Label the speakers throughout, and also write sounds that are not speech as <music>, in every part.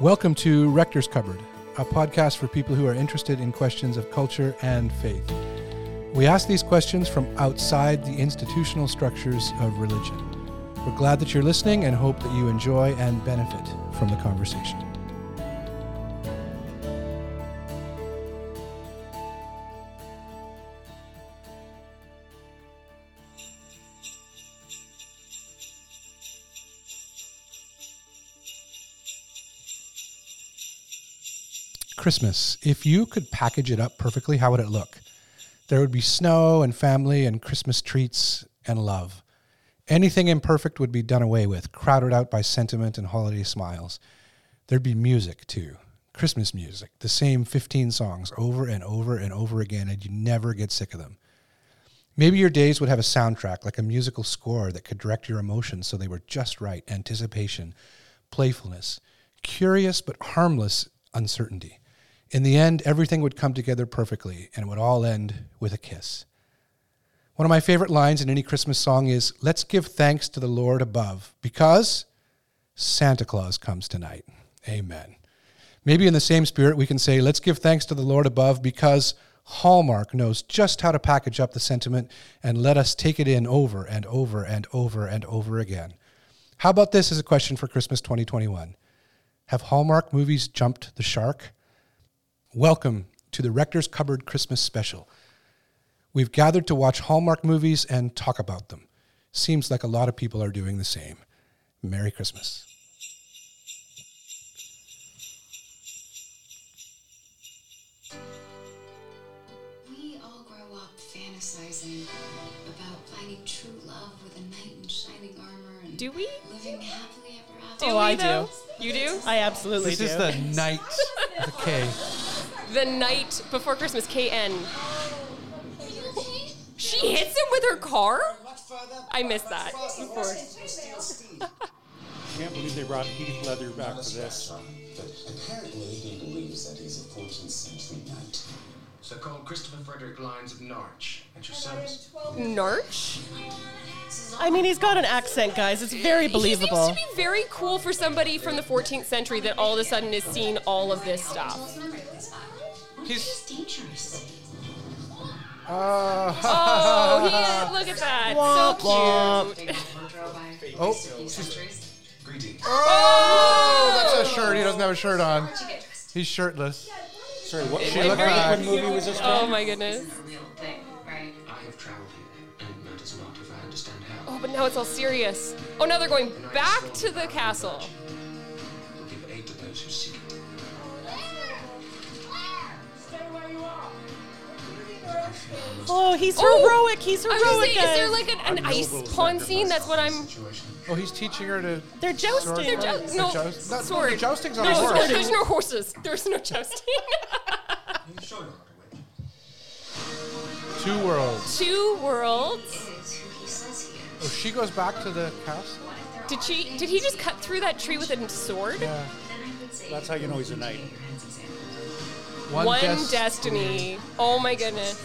Speaker 1: Welcome to Rector's Cupboard, a podcast for people who are interested in questions of culture and faith. We ask these questions from outside the institutional structures of religion. We're glad that you're listening and hope that you enjoy and benefit from the conversation. Christmas, if you could package it up perfectly, how would it look? There would be snow and family and Christmas treats and love. Anything imperfect would be done away with, crowded out by sentiment and holiday smiles. There'd be music too Christmas music, the same 15 songs over and over and over again, and you never get sick of them. Maybe your days would have a soundtrack, like a musical score that could direct your emotions so they were just right anticipation, playfulness, curious but harmless uncertainty. In the end, everything would come together perfectly and it would all end with a kiss. One of my favorite lines in any Christmas song is Let's give thanks to the Lord above because Santa Claus comes tonight. Amen. Maybe in the same spirit, we can say, Let's give thanks to the Lord above because Hallmark knows just how to package up the sentiment and let us take it in over and over and over and over again. How about this as a question for Christmas 2021? Have Hallmark movies jumped the shark? Welcome to the Rector's Cupboard Christmas Special. We've gathered to watch Hallmark movies and talk about them. Seems like a lot of people are doing the same. Merry Christmas.
Speaker 2: We all grow up fantasizing about finding true love with a knight in shining armor and
Speaker 3: Do we?
Speaker 2: living happily ever after.
Speaker 3: Do
Speaker 4: Oh,
Speaker 3: we,
Speaker 4: I
Speaker 3: though?
Speaker 4: do.
Speaker 3: You do?
Speaker 4: I absolutely
Speaker 1: This
Speaker 4: do.
Speaker 1: is the night. Okay.
Speaker 3: The night before Christmas, KN. She hits him with her car? I missed that.
Speaker 5: Can't believe they brought Heath Leather back for this.
Speaker 6: um, Apparently, he believes that he's a 14th century knight.
Speaker 7: So called Christopher Frederick Lyons of Norwich at your service.
Speaker 3: Narch?
Speaker 4: I mean, he's got an accent, guys. It's very
Speaker 3: He
Speaker 4: believable.
Speaker 3: seems to be very cool for somebody from the 14th century that all of a sudden is seeing all of this
Speaker 4: <laughs>
Speaker 3: stuff.
Speaker 2: He's dangerous.
Speaker 3: Oh, he is. Look at that. So cute.
Speaker 1: Oh.
Speaker 7: Greetings.
Speaker 1: Oh, that's a shirt. He doesn't have a shirt on. He's shirtless.
Speaker 5: Sorry, what,
Speaker 1: She
Speaker 5: what-
Speaker 1: looked
Speaker 5: what
Speaker 1: back.
Speaker 5: movie was this?
Speaker 3: Oh, my goodness.
Speaker 7: I have traveled here and matters not if I understand how.
Speaker 3: Oh, but now it's all serious. Oh, now they're going back to the castle.
Speaker 7: Will give aid to those who seek it.
Speaker 4: Oh, he's
Speaker 3: Oh!
Speaker 4: heroic. He's
Speaker 3: I was gonna
Speaker 4: heroic,
Speaker 3: say, is there
Speaker 4: guys.
Speaker 3: like an, an ice pawn scene? That's what I'm.
Speaker 7: Situation.
Speaker 1: Oh, he's teaching her to.
Speaker 4: They're jousting.
Speaker 1: Sword.
Speaker 3: They're joust. No,
Speaker 1: The joust- no, no, the
Speaker 3: sword.
Speaker 1: jousting's on
Speaker 3: no,
Speaker 1: a horse.
Speaker 3: sword. There's no horses. There's no jousting.
Speaker 7: You sure you're not a witch?
Speaker 1: Two worlds.
Speaker 3: <laughs> Two worlds.
Speaker 1: Oh, she goes back to the castle.
Speaker 3: Did she? Did he just cut through that tree with a sword?
Speaker 5: That's how you know he's a knight.
Speaker 1: One,
Speaker 3: One,
Speaker 1: des-
Speaker 3: destiny. Oh my goodness.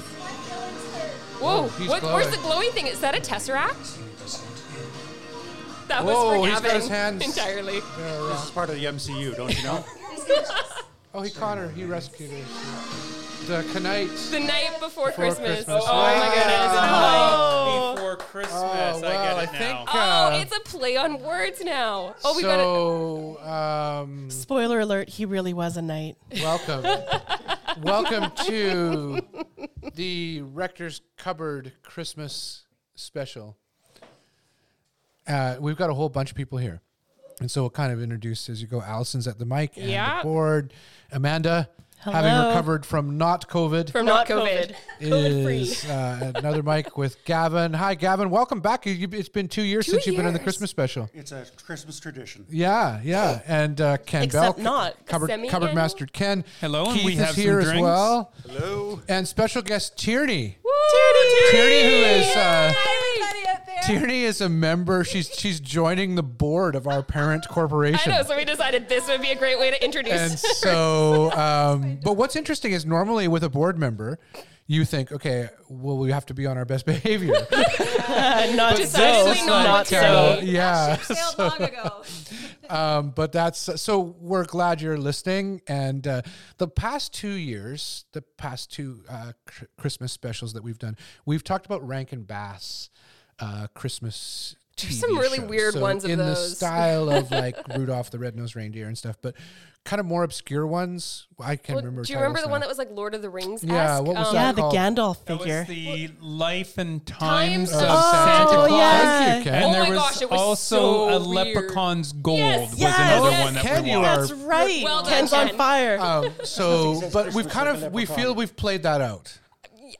Speaker 3: Whoa!
Speaker 1: Oh, he's
Speaker 3: what, where's the
Speaker 1: glowing.
Speaker 3: glowing thing? Is that a tesseract?
Speaker 7: It does not.
Speaker 3: That
Speaker 1: Whoa,
Speaker 3: was for
Speaker 1: he's got
Speaker 3: Gavin
Speaker 1: his hands.
Speaker 3: entirely.
Speaker 5: This is part of the MCU, don't
Speaker 3: <laughs>
Speaker 5: you know?
Speaker 1: Oh, he caught her. He rescued her. The Knights.
Speaker 3: The night before,
Speaker 1: Before
Speaker 3: Christmas.
Speaker 1: Christmas.
Speaker 3: Oh my goodness.
Speaker 4: Oh.
Speaker 8: before Christmas.
Speaker 1: Oh, wow,
Speaker 8: I
Speaker 1: I
Speaker 8: get it now.
Speaker 1: think-
Speaker 3: Oh,
Speaker 1: God.
Speaker 3: it's a play on words now. Oh, we got it.
Speaker 1: so, um,
Speaker 4: Spoiler alert, he really was a knight.
Speaker 1: welcome. welcome to the Rector's Cupboard Christmas special. Uh, we've got a whole bunch of people here. And so we'll kind of introduce as you go. Allison's at the mic and
Speaker 3: Yeah.
Speaker 1: the board. Amanda, having
Speaker 4: Hello.
Speaker 1: recovered from not COVID,
Speaker 3: From <laughs> not COVID.
Speaker 1: is uh, another mic with Gavin. Hi, Gavin. Welcome back. You- you- It's been two years
Speaker 3: Two
Speaker 1: since you've been on the
Speaker 3: years.
Speaker 1: Christmas special.
Speaker 5: It's a Christmas tradition.
Speaker 1: Yeah, yeah. And uh, Ken
Speaker 4: Except
Speaker 1: Bell,
Speaker 4: not
Speaker 1: cupboard,
Speaker 3: semi-annual?
Speaker 1: cupboard master Ken.
Speaker 8: Hello, and
Speaker 1: Keith
Speaker 8: we
Speaker 1: is
Speaker 8: have some
Speaker 1: here as
Speaker 8: drinks.
Speaker 1: well. Hello. And special guest Tierney.
Speaker 3: Tierney,
Speaker 1: Tierney, who is uh,
Speaker 3: everybody up there.
Speaker 1: Tierney is a member. She's she's joining the board of our parent
Speaker 3: I
Speaker 1: corporation.
Speaker 3: know, so we decided this would be a <laughs> great way to introduce.
Speaker 1: And so, um, but what's interesting is normally with a board member, you think, okay, well, we have to be on our best
Speaker 3: <laughs>
Speaker 1: behavior.
Speaker 4: Uh, not
Speaker 3: Just
Speaker 4: so.
Speaker 3: actually not
Speaker 4: Not
Speaker 3: what you're
Speaker 4: so.
Speaker 3: saying.
Speaker 1: uh, yeah.
Speaker 8: sailed
Speaker 1: <laughs>
Speaker 8: long ago.
Speaker 1: Um, but that's so we're glad you're listening. And uh, the past two years, the past two uh, cr- Christmas specials that we've done, we've talked about Rankin Bass uh, Christmas.
Speaker 3: There's
Speaker 1: TV
Speaker 3: some really
Speaker 1: shows.
Speaker 3: weird
Speaker 1: So
Speaker 3: ones of
Speaker 1: in the
Speaker 3: those.
Speaker 1: style
Speaker 3: <laughs>
Speaker 1: of like Rudolph the Red-Nosed Reindeer and stuff, but kind of more obscure ones. I can't
Speaker 3: Well,
Speaker 1: remember.
Speaker 3: do you remember
Speaker 1: titles
Speaker 3: the
Speaker 1: now.
Speaker 3: one that was like Lord of the Um, Rings?
Speaker 1: Yeah, what was
Speaker 4: Yeah,
Speaker 1: that
Speaker 4: the
Speaker 1: called?
Speaker 4: Gandalf
Speaker 9: That
Speaker 4: figure.
Speaker 9: was the life and
Speaker 3: Times
Speaker 9: times
Speaker 3: of
Speaker 9: of
Speaker 3: Oh,
Speaker 9: Santa Claus.
Speaker 4: yeah.
Speaker 1: Uh, Thank you, Ken.
Speaker 9: And
Speaker 3: Oh
Speaker 9: there
Speaker 3: my
Speaker 9: was,
Speaker 3: gosh, it was
Speaker 9: also
Speaker 3: so
Speaker 9: a
Speaker 3: weird.
Speaker 9: leprechaun's gold
Speaker 3: Yes,
Speaker 9: was
Speaker 4: yes,
Speaker 9: another
Speaker 4: yes. uh,
Speaker 9: one that
Speaker 1: Ken,
Speaker 9: we Uh,
Speaker 1: you
Speaker 9: watched.
Speaker 1: are-
Speaker 4: That's right.
Speaker 3: Well done,
Speaker 4: Ken's on
Speaker 3: Ken.
Speaker 4: fire.
Speaker 1: Um, so, but we've
Speaker 5: Christmas
Speaker 1: kind
Speaker 5: with a
Speaker 1: of we
Speaker 5: leprechaun.
Speaker 1: feel we've played that out.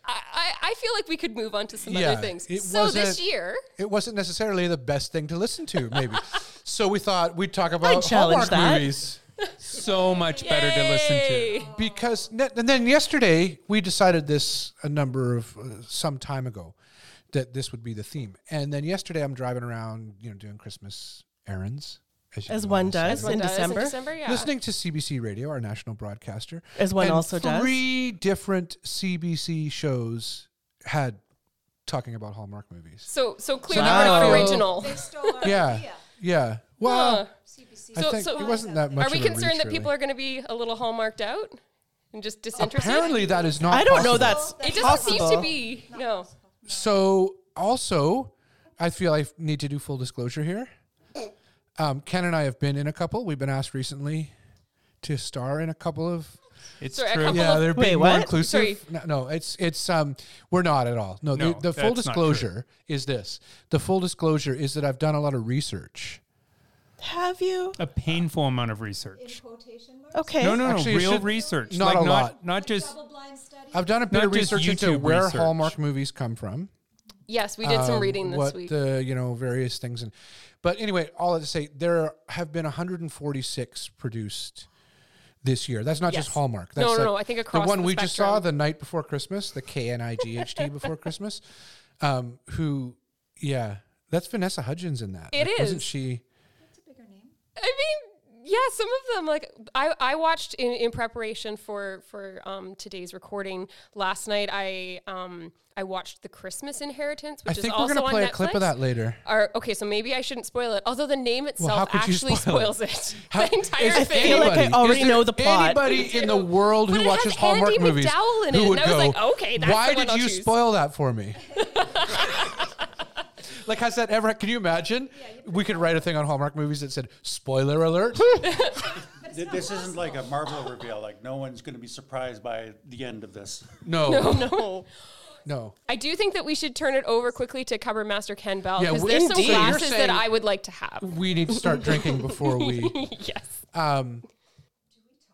Speaker 3: I, I, I feel like we could move on to some
Speaker 1: Yeah,
Speaker 3: other things.
Speaker 1: it
Speaker 3: So this
Speaker 1: wasn't-
Speaker 3: year,
Speaker 1: It wasn't necessarily the best thing to listen to, maybe.
Speaker 3: <laughs>
Speaker 1: so we thought we'd talk about Hallmark
Speaker 4: challenge that.
Speaker 1: movies
Speaker 9: so much better to listen to.
Speaker 3: Yay!
Speaker 1: because, ne- and then yesterday we decided this a number of uh, some time ago that this would be the theme. And then yesterday I'm driving around, you know, doing Christmas errands you
Speaker 4: As
Speaker 1: do on
Speaker 4: one
Speaker 1: this
Speaker 4: does
Speaker 1: Saturday.
Speaker 4: in
Speaker 3: Does
Speaker 4: December.
Speaker 3: yeah.
Speaker 1: Listening to CBC Radio, our national broadcaster,
Speaker 4: As one
Speaker 1: and
Speaker 4: also does.
Speaker 1: Three different CBC shows had talking about Hallmark movies.
Speaker 3: So so clearly
Speaker 9: now
Speaker 3: we're
Speaker 9: I
Speaker 3: not
Speaker 9: feel-
Speaker 3: original.
Speaker 8: They stole our
Speaker 1: Yeah,
Speaker 8: idea.
Speaker 1: yeah. Well,
Speaker 3: Huh.
Speaker 1: I
Speaker 3: So-
Speaker 1: think
Speaker 3: so-
Speaker 1: it wasn't that much.
Speaker 3: Are we
Speaker 1: of a
Speaker 3: concerned
Speaker 1: reach,
Speaker 3: that people
Speaker 1: really.
Speaker 3: are going to be a little hallmarked out and just disinterested?
Speaker 1: Apparently, that is not.
Speaker 4: I don't
Speaker 1: possible.
Speaker 4: know that's
Speaker 3: it doesn't
Speaker 4: possible.
Speaker 3: seem to be. No,
Speaker 1: So, also, I feel I need to do full disclosure here. Um, Ken and I have been in a couple. We've been asked recently to star in a couple of.
Speaker 9: It's
Speaker 3: Sorry, I
Speaker 9: true.
Speaker 3: come
Speaker 9: Yeah.
Speaker 3: from-
Speaker 1: Yeah, they're
Speaker 4: Wait,
Speaker 1: being
Speaker 4: what?
Speaker 1: more inclusive.
Speaker 3: Sorry.
Speaker 1: No, no, it's it's um, we're not at all. No, the,
Speaker 9: No,
Speaker 1: the
Speaker 9: that's
Speaker 1: full
Speaker 9: not
Speaker 1: disclosure is this. The full disclosure is that I've done a lot of research.
Speaker 4: Have you?
Speaker 9: A painful amount of research.
Speaker 8: Quotation marks.
Speaker 4: Okay.
Speaker 9: No,
Speaker 4: <laughs>
Speaker 9: no, no.
Speaker 1: Actually, it
Speaker 9: real
Speaker 1: should-
Speaker 9: research.
Speaker 1: not
Speaker 9: like
Speaker 1: a
Speaker 9: not,
Speaker 1: lot.
Speaker 9: Not just.
Speaker 8: Blind study.
Speaker 1: I've done a bit
Speaker 9: Not
Speaker 1: of
Speaker 9: just
Speaker 1: research into
Speaker 9: YouTube
Speaker 1: where
Speaker 9: research.
Speaker 1: Hallmark movies come from.
Speaker 3: yes, we did some
Speaker 1: um,
Speaker 3: reading this
Speaker 1: what
Speaker 3: week.
Speaker 1: the you know various things and but anyway all I have to say there have been 146 produced this year that's not just
Speaker 3: Yes.
Speaker 1: hallmark
Speaker 3: No,
Speaker 1: that's
Speaker 3: no,
Speaker 1: like
Speaker 3: no, I think across
Speaker 1: the one
Speaker 3: the
Speaker 1: we just saw
Speaker 3: spectrum.
Speaker 1: the night before christmas the
Speaker 3: <laughs>
Speaker 1: k-n-i-g-h-t before christmas um who yeah that's vanessa hudgens in that
Speaker 3: It
Speaker 1: Like, wasn't
Speaker 3: is.
Speaker 1: she
Speaker 3: I mean, yeah, some of them. Like I, I watched in, in preparation for for um, today's recording last night. I um I watched the Christmas Inheritance,
Speaker 1: i
Speaker 3: which is
Speaker 1: think we're
Speaker 3: also
Speaker 1: gonna
Speaker 3: on
Speaker 1: play
Speaker 3: Netflix.
Speaker 1: a clip of that later
Speaker 3: Or, okay, so maybe I shouldn't spoil it. Although the name
Speaker 1: how
Speaker 3: itself
Speaker 1: could you
Speaker 3: actually
Speaker 1: spoil it?
Speaker 3: spoils it. <laughs>
Speaker 1: How-
Speaker 3: the entire
Speaker 1: is
Speaker 4: I
Speaker 3: thing.
Speaker 4: feel like I
Speaker 1: anybody-
Speaker 4: already
Speaker 1: is there
Speaker 4: know the plot.
Speaker 1: Anybody in the world
Speaker 3: But
Speaker 1: who
Speaker 3: it
Speaker 1: watches
Speaker 3: has
Speaker 1: Hallmark
Speaker 3: Andy
Speaker 1: movies
Speaker 3: McDowell in
Speaker 1: who
Speaker 3: it,
Speaker 1: would
Speaker 3: and I was
Speaker 1: go,
Speaker 3: like, okay, that's
Speaker 1: "Why
Speaker 3: the one
Speaker 1: did
Speaker 3: I'll
Speaker 1: you
Speaker 3: choose."
Speaker 1: spoil that for
Speaker 3: <laughs>
Speaker 1: me?" <laughs> like, has that ever? Can you imagine? we could write a thing on Hallmark movies that said "spoiler
Speaker 3: <laughs>
Speaker 1: alert." <laughs>
Speaker 5: Th- This isn't like a Marvel reveal. Like no one's going to be surprised by the end of this.
Speaker 1: no,
Speaker 3: Oh,
Speaker 1: no,
Speaker 3: <laughs> no. I do think that we should turn it over quickly to Cupboard Master Ken Bell
Speaker 1: Yeah,
Speaker 3: because
Speaker 1: we-
Speaker 3: there's some
Speaker 1: Indeed. So you're
Speaker 3: glasses
Speaker 1: saying-
Speaker 3: that I would like to have.
Speaker 1: We need to start drinking before we.
Speaker 3: <laughs> yes.
Speaker 1: Um,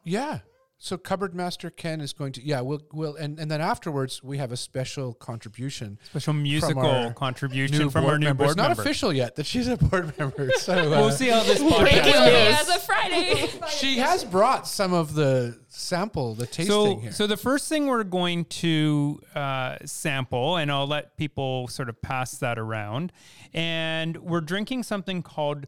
Speaker 1: yeah. So cupboard master Ken is going to yeah we'll we'll and, and then afterwards we have a special contribution
Speaker 9: Special musical
Speaker 1: our
Speaker 9: contribution from our new
Speaker 1: member.
Speaker 9: board
Speaker 1: It's not
Speaker 9: member.
Speaker 1: official yet that she's a board member. So uh,
Speaker 9: <laughs> We'll see how this podcast
Speaker 3: Breaking news
Speaker 9: goes.
Speaker 3: as of <laughs> Friday.
Speaker 1: She has brought some of the sample, the tasting
Speaker 9: so,
Speaker 1: here.
Speaker 9: so the first thing we're going to uh, sample, and I'll let people sort of pass that around, and we're drinking something called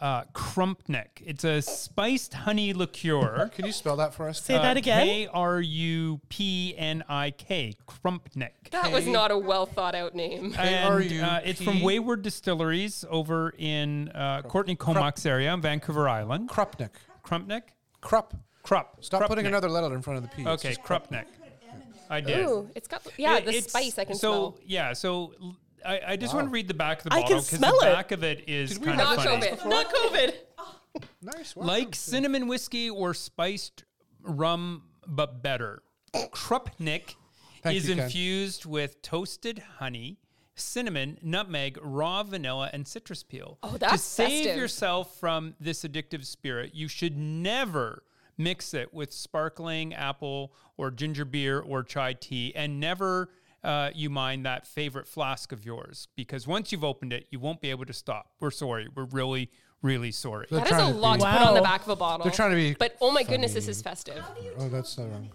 Speaker 9: uh, Krumpnik. It's a spiced honey liqueur.
Speaker 1: Can you spell that for us?
Speaker 4: Say
Speaker 9: Uh,
Speaker 4: that again.
Speaker 9: K R U P N I K, Krumpnik.
Speaker 3: That was not a well thought out name.
Speaker 9: And uh, it's from
Speaker 1: K-R-U-P-
Speaker 9: Wayward Distilleries over in uh, Courtney Comox area on Vancouver Island.
Speaker 1: Krupnik.
Speaker 9: Krumpnik?
Speaker 1: Krupp.
Speaker 9: Krupp.
Speaker 1: Stop putting
Speaker 9: Krupnik.
Speaker 1: another letter in front of the P. It's
Speaker 9: Okay,
Speaker 1: just-
Speaker 9: Krupnik. I did.
Speaker 3: Ooh, it's got yeah,
Speaker 9: It-
Speaker 3: the
Speaker 9: it's-
Speaker 3: spice I can
Speaker 9: so,
Speaker 3: smell.
Speaker 9: Yeah, so l- I, I just want to read the back of the
Speaker 4: I
Speaker 9: bottle
Speaker 4: can smell
Speaker 9: the
Speaker 4: it.
Speaker 9: back of it is
Speaker 1: Did we
Speaker 9: kind
Speaker 1: not
Speaker 9: of
Speaker 3: Not
Speaker 9: funny.
Speaker 3: COVID.
Speaker 4: Not COVID.
Speaker 1: nice. Wow.
Speaker 9: Like cinnamon whiskey or spiced rum, but better. Krupnik
Speaker 1: Thank
Speaker 9: is
Speaker 1: you, Ken.
Speaker 9: infused with toasted honey, cinnamon, nutmeg, raw vanilla, and citrus peel.
Speaker 3: Oh,
Speaker 9: To
Speaker 3: that's
Speaker 9: save
Speaker 3: festive.
Speaker 9: yourself from this addictive spirit, you should never mix it with sparkling apple or ginger beer or chai tea, and never. Uh, you mind that favorite flask of yours because once you've opened it, you won't be able to stop. We're sorry. We're really, really sorry.
Speaker 1: They're
Speaker 3: That is a
Speaker 1: trying to
Speaker 3: lot
Speaker 1: be-
Speaker 3: to put on the
Speaker 4: Wow.
Speaker 3: back of a bottle.
Speaker 1: They're trying to be
Speaker 3: But oh my goodness, this
Speaker 1: funny.
Speaker 3: is festive.
Speaker 1: Oh, that's the wrong.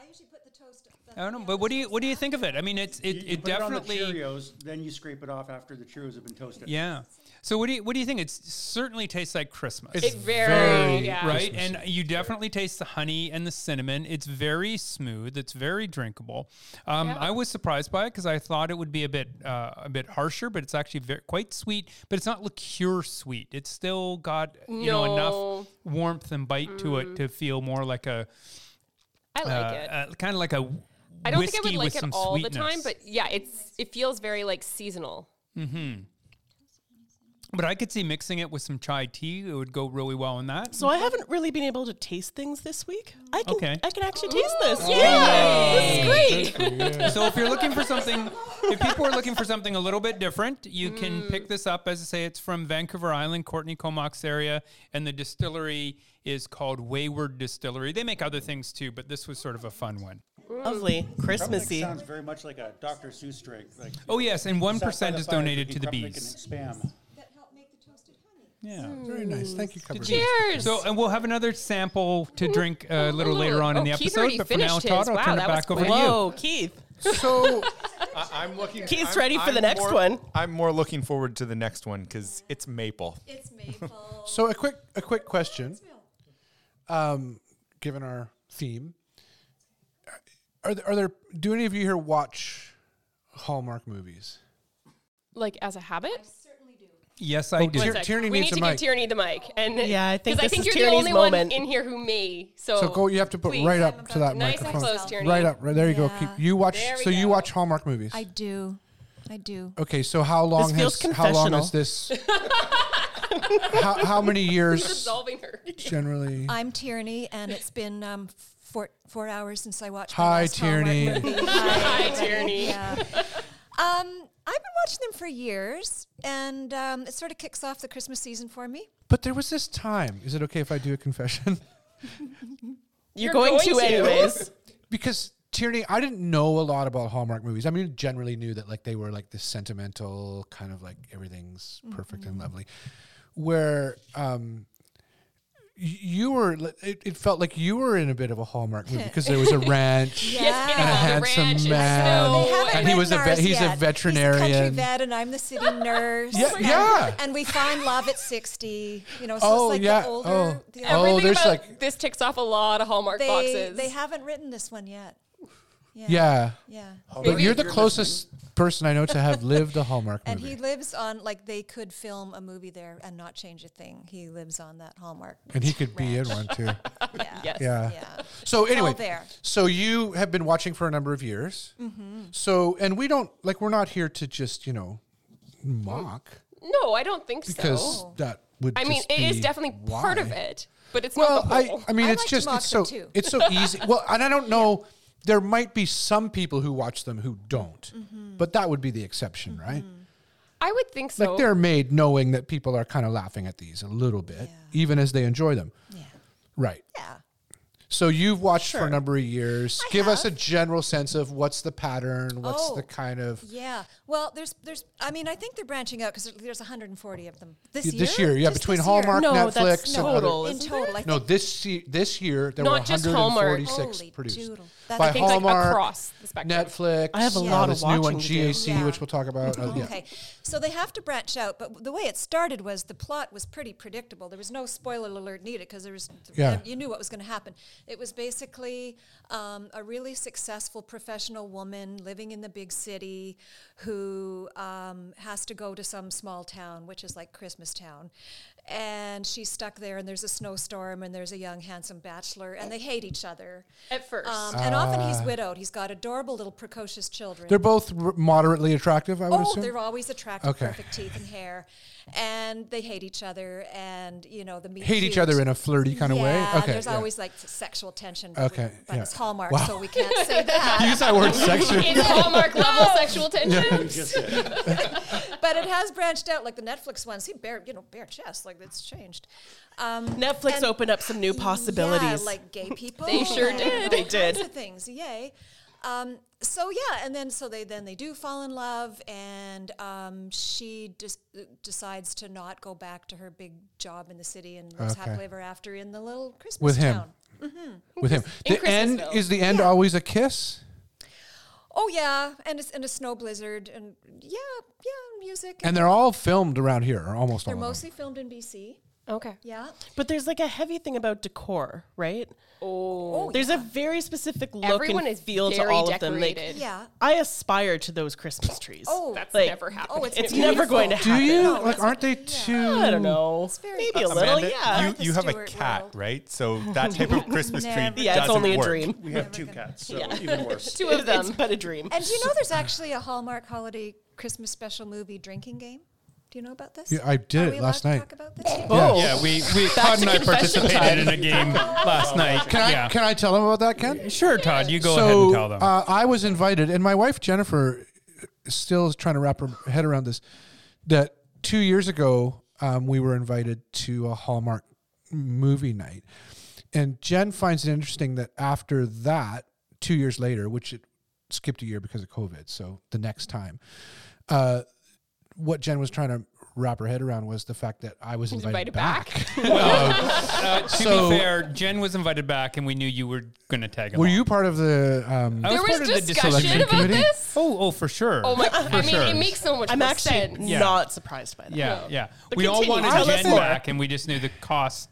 Speaker 8: I usually put the toast, the
Speaker 9: I don't know, but what do you what do you think of it? I mean, it's it,
Speaker 5: You- you
Speaker 9: it
Speaker 5: put on the
Speaker 9: definitely
Speaker 5: Cheerios, then you scrape it off after the Cheerios have been toasted.
Speaker 9: yeah. So what do you what do you think? It certainly tastes like Christmas.
Speaker 3: It very, yeah.
Speaker 9: right? And you definitely taste the honey and the cinnamon. It's very smooth. It's very drinkable. Um, I was surprised by it because I thought it would be a bit uh, a bit harsher, but it's actually very, quite sweet. But it's not liqueur sweet. It's still got you know enough
Speaker 3: No. Mm.
Speaker 9: warmth and bite to it to feel more like a
Speaker 3: I like it.
Speaker 9: kind of like a.
Speaker 3: I don't
Speaker 9: whiskey
Speaker 3: think I would like
Speaker 9: with
Speaker 3: it
Speaker 9: some
Speaker 3: all
Speaker 9: sweetness.
Speaker 3: the time, but yeah, it's it feels very like seasonal.
Speaker 9: but I could see mixing it with some chai tea. It would go really well in that.
Speaker 4: So I haven't really been able to taste things this week. I can
Speaker 9: Okay.
Speaker 4: I can actually taste this.
Speaker 9: So if you're
Speaker 3: <laughs>
Speaker 9: looking for something, if people are looking for something a little bit different, you can
Speaker 3: Mm.
Speaker 9: pick this up. As I say, it's from Vancouver Island, Courtney Comox area, and the distillery is called Wayward Distillery. They make other things too, but this was sort of a fun one.
Speaker 4: Lovely,
Speaker 5: Probably
Speaker 4: Christmassy.
Speaker 5: sounds very much like a Dr. Seuss drink. Like
Speaker 9: Oh yes, and one percent is donated to the bees.
Speaker 5: Spam.
Speaker 8: That helped make the toasted honey.
Speaker 9: Yeah.
Speaker 1: Very nice.
Speaker 8: Mm.
Speaker 1: Thank you, Cupboard.
Speaker 3: Cheers.
Speaker 9: So, and we'll have another sample to drink uh, a little
Speaker 3: Ooh.
Speaker 9: later on in
Speaker 3: Oh,
Speaker 9: the
Speaker 3: Keith
Speaker 9: episode.
Speaker 3: already
Speaker 9: But for now,
Speaker 3: finished
Speaker 9: Todd,
Speaker 3: his.
Speaker 9: I'll
Speaker 3: Wow,
Speaker 9: turn it
Speaker 3: that was
Speaker 9: back over to
Speaker 3: quick.
Speaker 9: you.
Speaker 4: Whoa, Keith.
Speaker 10: So I, I'm looking.
Speaker 4: Keith's
Speaker 10: I'm-
Speaker 4: ready for
Speaker 10: I'm
Speaker 4: the next
Speaker 10: more-
Speaker 4: one.
Speaker 10: I'm more looking forward to the next one because it's maple.
Speaker 8: It's maple.
Speaker 1: So a quick a quick question. Um, given our theme, are there, are there do any of you here watch Hallmark movies?
Speaker 3: <laughs> like as a habit,
Speaker 9: Yes, I do.
Speaker 1: Tier-
Speaker 3: One sec.
Speaker 1: Tierney
Speaker 3: we
Speaker 1: needs
Speaker 3: need
Speaker 1: a
Speaker 3: to
Speaker 1: mic.
Speaker 3: give Tierney the mic, and
Speaker 4: Yeah, I think
Speaker 3: 'cause I
Speaker 4: this
Speaker 3: think
Speaker 4: is
Speaker 3: you're
Speaker 4: Tierney's
Speaker 3: the only
Speaker 4: moment.
Speaker 3: one in here who may. So,
Speaker 1: So go. You have to put
Speaker 3: Oh, please.
Speaker 1: right up to that
Speaker 3: Nice and
Speaker 1: microphone.
Speaker 3: close, Tierney.
Speaker 1: right up. Right there. You go.
Speaker 8: Yeah.
Speaker 1: Keep, you watch.
Speaker 3: There we
Speaker 1: So you
Speaker 3: go.
Speaker 1: watch Hallmark movies.
Speaker 8: I do. I do.
Speaker 1: okay. So how long
Speaker 4: feels
Speaker 1: has how long
Speaker 4: confessional.
Speaker 1: is this? how, how
Speaker 3: <laughs>
Speaker 1: many years
Speaker 3: absolving <laughs> her.
Speaker 1: generally?
Speaker 8: I'm Tierney, and it's been um, four four hours since I watched.
Speaker 1: Hi,
Speaker 8: my last Hallmark
Speaker 1: Tierney.
Speaker 8: movie. Hi,
Speaker 3: Tierney.
Speaker 8: Yeah. Um, I've been watching them for years, and um, it sort of kicks off the Christmas season for me.
Speaker 1: But there was this time. Is it okay if I do a confession? <laughs>
Speaker 3: You're
Speaker 4: You're, going,
Speaker 3: going
Speaker 4: to,
Speaker 3: to.
Speaker 4: anyways.
Speaker 1: because Tierney, I didn't know a lot about Hallmark movies. I mean, generally knew that like they were like this sentimental kind of like everything's perfect and lovely. Where um, y- you were, li- it, it felt like you were in a bit of a Hallmark movie because there was a ranch.
Speaker 3: Yes,
Speaker 8: Yeah.
Speaker 1: And
Speaker 3: it
Speaker 1: a
Speaker 3: involved
Speaker 1: handsome
Speaker 3: ranch and
Speaker 1: man.
Speaker 3: snow
Speaker 8: They haven't
Speaker 1: And he
Speaker 8: read
Speaker 1: was a vet-
Speaker 8: Mars
Speaker 1: he's a
Speaker 8: yet. He's a
Speaker 1: veterinarian.
Speaker 8: country vet, and I'm
Speaker 1: <laughs>
Speaker 8: the city nurse.
Speaker 1: Yeah,
Speaker 8: and,
Speaker 1: yeah.
Speaker 8: And we find love at 60. You know, so
Speaker 1: Oh,
Speaker 8: it's like
Speaker 1: yeah,
Speaker 8: the older.
Speaker 1: oh.
Speaker 8: The
Speaker 1: Oh,
Speaker 3: Everything
Speaker 1: there's
Speaker 3: about
Speaker 1: like-
Speaker 3: this ticks off a lot of Hallmark
Speaker 8: they,
Speaker 3: boxes.
Speaker 8: they haven't written this one yet. Yeah.
Speaker 1: Yeah.
Speaker 8: yeah.
Speaker 1: But you're the closest person I know to have lived a Hallmark
Speaker 8: And
Speaker 1: movie.
Speaker 8: he lives on like they could film a movie there and not change a thing. He lives on that Hallmark.
Speaker 1: and he could be in one too.
Speaker 8: Yeah.
Speaker 3: yes.
Speaker 1: Yeah.
Speaker 8: <laughs> Yeah.
Speaker 1: So anyway,
Speaker 8: there. Mm-hmm.
Speaker 1: so you have been watching for a number of years. So and we don't like we're not here to just you know mock
Speaker 3: No, I don't think
Speaker 1: because
Speaker 3: so.
Speaker 1: that would.
Speaker 3: I mean,
Speaker 1: just
Speaker 3: it is
Speaker 1: be
Speaker 3: definitely part of
Speaker 1: why.
Speaker 3: it, but it's
Speaker 1: Well,
Speaker 3: not the
Speaker 1: I
Speaker 3: whole.
Speaker 1: I mean
Speaker 8: I
Speaker 1: it's
Speaker 8: like to
Speaker 1: just
Speaker 8: mock
Speaker 1: it's so
Speaker 8: them, too.
Speaker 1: it's so
Speaker 8: <laughs>
Speaker 1: easy. Well, and I don't know. There might be some people who watch them who don't,
Speaker 8: Mm-hmm.
Speaker 1: but that would be the exception, right?
Speaker 3: I would think so.
Speaker 1: Like
Speaker 3: <laughs>
Speaker 1: they're made knowing that people are kind of laughing at these a little bit, even as they enjoy them. Yeah. Right.
Speaker 8: Yeah.
Speaker 1: So you've watched for a number of years.
Speaker 8: I
Speaker 1: Give us a
Speaker 8: have.
Speaker 1: general sense of what's the pattern, what's
Speaker 8: Oh,
Speaker 1: the kind of
Speaker 8: Yeah. Well, there's, there's. I mean, I think they're branching out because there's 140 of them this
Speaker 1: Yeah,
Speaker 8: year.
Speaker 1: this year, yeah,
Speaker 8: Just
Speaker 1: between
Speaker 8: this
Speaker 1: Hallmark,
Speaker 4: No,
Speaker 1: Netflix,
Speaker 4: that's
Speaker 1: and
Speaker 4: total.
Speaker 1: other.
Speaker 8: year. in
Speaker 4: Isn't
Speaker 8: total. I
Speaker 1: No,
Speaker 8: think
Speaker 1: this ye- this year there
Speaker 3: Not
Speaker 1: were
Speaker 3: just Hallmark.
Speaker 1: 146
Speaker 8: Holy
Speaker 1: produced
Speaker 8: doodle. That's
Speaker 1: by
Speaker 8: I
Speaker 3: think, like,
Speaker 1: Hallmark,
Speaker 3: across the spectrum.
Speaker 1: Netflix.
Speaker 4: I have a
Speaker 1: uh,
Speaker 4: lot of
Speaker 1: this new one,
Speaker 4: watching to do.
Speaker 1: GAC,
Speaker 8: Yeah.
Speaker 1: which we'll talk about. uh, yeah.
Speaker 8: Okay, so they have to branch out, but the way it started was the plot was pretty predictable. There was no spoiler alert needed because there was
Speaker 1: Yeah.
Speaker 8: you knew what was going to happen. It was basically um, a really successful professional woman living in the big city who um, has to go to some small town, which is like Christmas Town, and she's stuck there. And there's a snowstorm, and there's a young handsome bachelor, and they hate each other.
Speaker 3: at first.
Speaker 8: Um, and often he's widowed. He's got adorable little precocious children.
Speaker 1: Ah. They're both r- moderately attractive, I would
Speaker 8: Oh,
Speaker 1: assume.
Speaker 8: they're always attractive,
Speaker 1: Okay.
Speaker 8: perfect teeth and hair, and they hate each other, and you know the meet
Speaker 1: Hate each other in a flirty kind of
Speaker 8: yeah,
Speaker 1: way. Okay.
Speaker 8: there's
Speaker 1: yeah.
Speaker 8: always like s- sexual tension. but we-
Speaker 1: Okay,
Speaker 8: but
Speaker 1: yeah.
Speaker 8: it's Hallmark,
Speaker 1: Wow.
Speaker 8: so we can't say that.
Speaker 1: use that word sexually.
Speaker 3: it's Hallmark level sexual tension.
Speaker 5: Just it.
Speaker 8: but it has branched out, like the Netflix one. See, bare you know bare chest, like that's changed. Um,
Speaker 4: Netflix
Speaker 8: And-
Speaker 4: opened up some new
Speaker 8: Yeah,
Speaker 4: possibilities.
Speaker 8: like
Speaker 4: <laughs>
Speaker 8: gay people.
Speaker 3: They sure
Speaker 8: and
Speaker 3: did.
Speaker 8: all
Speaker 4: They
Speaker 8: kinds
Speaker 4: did.
Speaker 8: of things. Yay. Um, so yeah, and then so they then they do fall in love, and um, she des- decides to not go back to her big job in the city and lives
Speaker 1: Okay.
Speaker 8: happily ever after in the little Christmas
Speaker 1: With him.
Speaker 8: town. Mm-hmm.
Speaker 1: With him.
Speaker 3: In
Speaker 1: The end
Speaker 3: Christmasville.
Speaker 1: is the end always a kiss?
Speaker 8: Oh yeah, and it's and a snow blizzard, and yeah, yeah, music.
Speaker 1: And they're all filmed around here, or almost
Speaker 8: they're
Speaker 1: all. of them.
Speaker 8: mostly filmed in BC.
Speaker 3: Okay.
Speaker 8: Yeah.
Speaker 4: <laughs> But there's like a heavy thing about decor, right?
Speaker 3: Oh.
Speaker 4: There's a very specific look
Speaker 3: Everyone
Speaker 4: and
Speaker 3: is
Speaker 4: feel to
Speaker 3: very
Speaker 4: all of them.
Speaker 3: decorated.
Speaker 4: Like,
Speaker 8: Yeah.
Speaker 4: I aspire to those Christmas trees.
Speaker 8: Oh,
Speaker 3: That's
Speaker 4: Like-
Speaker 3: never happened.
Speaker 8: oh, it's
Speaker 4: it's
Speaker 8: beautiful.
Speaker 4: never going to
Speaker 1: Do
Speaker 4: happen.
Speaker 1: you
Speaker 8: No,
Speaker 1: like?
Speaker 8: it's-
Speaker 1: Aren't they too?
Speaker 4: I don't know.
Speaker 8: It's very
Speaker 4: Maybe a
Speaker 8: possible.
Speaker 4: little,
Speaker 10: Amanda,
Speaker 4: yeah.
Speaker 10: You,
Speaker 8: Martha
Speaker 10: you have a
Speaker 8: Stewart
Speaker 10: cat,
Speaker 8: world.
Speaker 10: right? So that type
Speaker 9: <laughs>
Speaker 10: of Christmas tree.
Speaker 8: Never.
Speaker 4: yeah, it's
Speaker 10: doesn't
Speaker 4: only
Speaker 10: work.
Speaker 4: a dream.
Speaker 5: We have two cats, so even worse.
Speaker 3: Two of
Speaker 4: It's
Speaker 3: them.
Speaker 4: but a dream.
Speaker 8: And do you know there's actually a Hallmark holiday Christmas special movie drinking game? Do you know about this?
Speaker 1: Yeah, I did
Speaker 8: Are
Speaker 1: it
Speaker 8: we
Speaker 1: last
Speaker 8: allowed
Speaker 1: night.
Speaker 8: To talk about this?
Speaker 4: Oh,
Speaker 9: Yeah, we, we Todd and I participated in a
Speaker 3: <laughs>
Speaker 9: game last night.
Speaker 1: Can I
Speaker 9: yeah.
Speaker 1: can I tell them about that, Ken?
Speaker 9: sure, Todd, you go
Speaker 1: so
Speaker 9: ahead and tell them.
Speaker 1: Uh, I was invited, and my wife Jennifer still is trying to wrap her head around this. That two years ago, um, we were invited to a Hallmark movie night, and Jen finds it interesting that after that, two years later, which it skipped a year because of COVID, so the next time, uh, what Jen was trying to wrap her head around was the fact that I was invited,
Speaker 3: Invited
Speaker 1: back.
Speaker 3: back.
Speaker 9: Uh, to
Speaker 1: so-
Speaker 9: be fair, Jen was invited back, and we knew you were going to tag him.
Speaker 1: Were you part of the? Um,
Speaker 9: I
Speaker 3: There was
Speaker 9: part of the
Speaker 3: discussion
Speaker 9: dissolution
Speaker 3: about
Speaker 9: committee.
Speaker 3: this.
Speaker 9: Oh, oh, for sure.
Speaker 3: Oh
Speaker 9: <laughs>
Speaker 3: my! I mean,
Speaker 9: sure.
Speaker 3: it makes so much
Speaker 4: I'm
Speaker 3: more
Speaker 4: actually
Speaker 3: sense.
Speaker 9: Yeah.
Speaker 4: not surprised by that.
Speaker 9: Yeah, yeah.
Speaker 4: But
Speaker 9: we all
Speaker 4: continue.
Speaker 9: wanted
Speaker 4: Tell us
Speaker 9: Jen
Speaker 4: more.
Speaker 9: back, and we just knew the cost.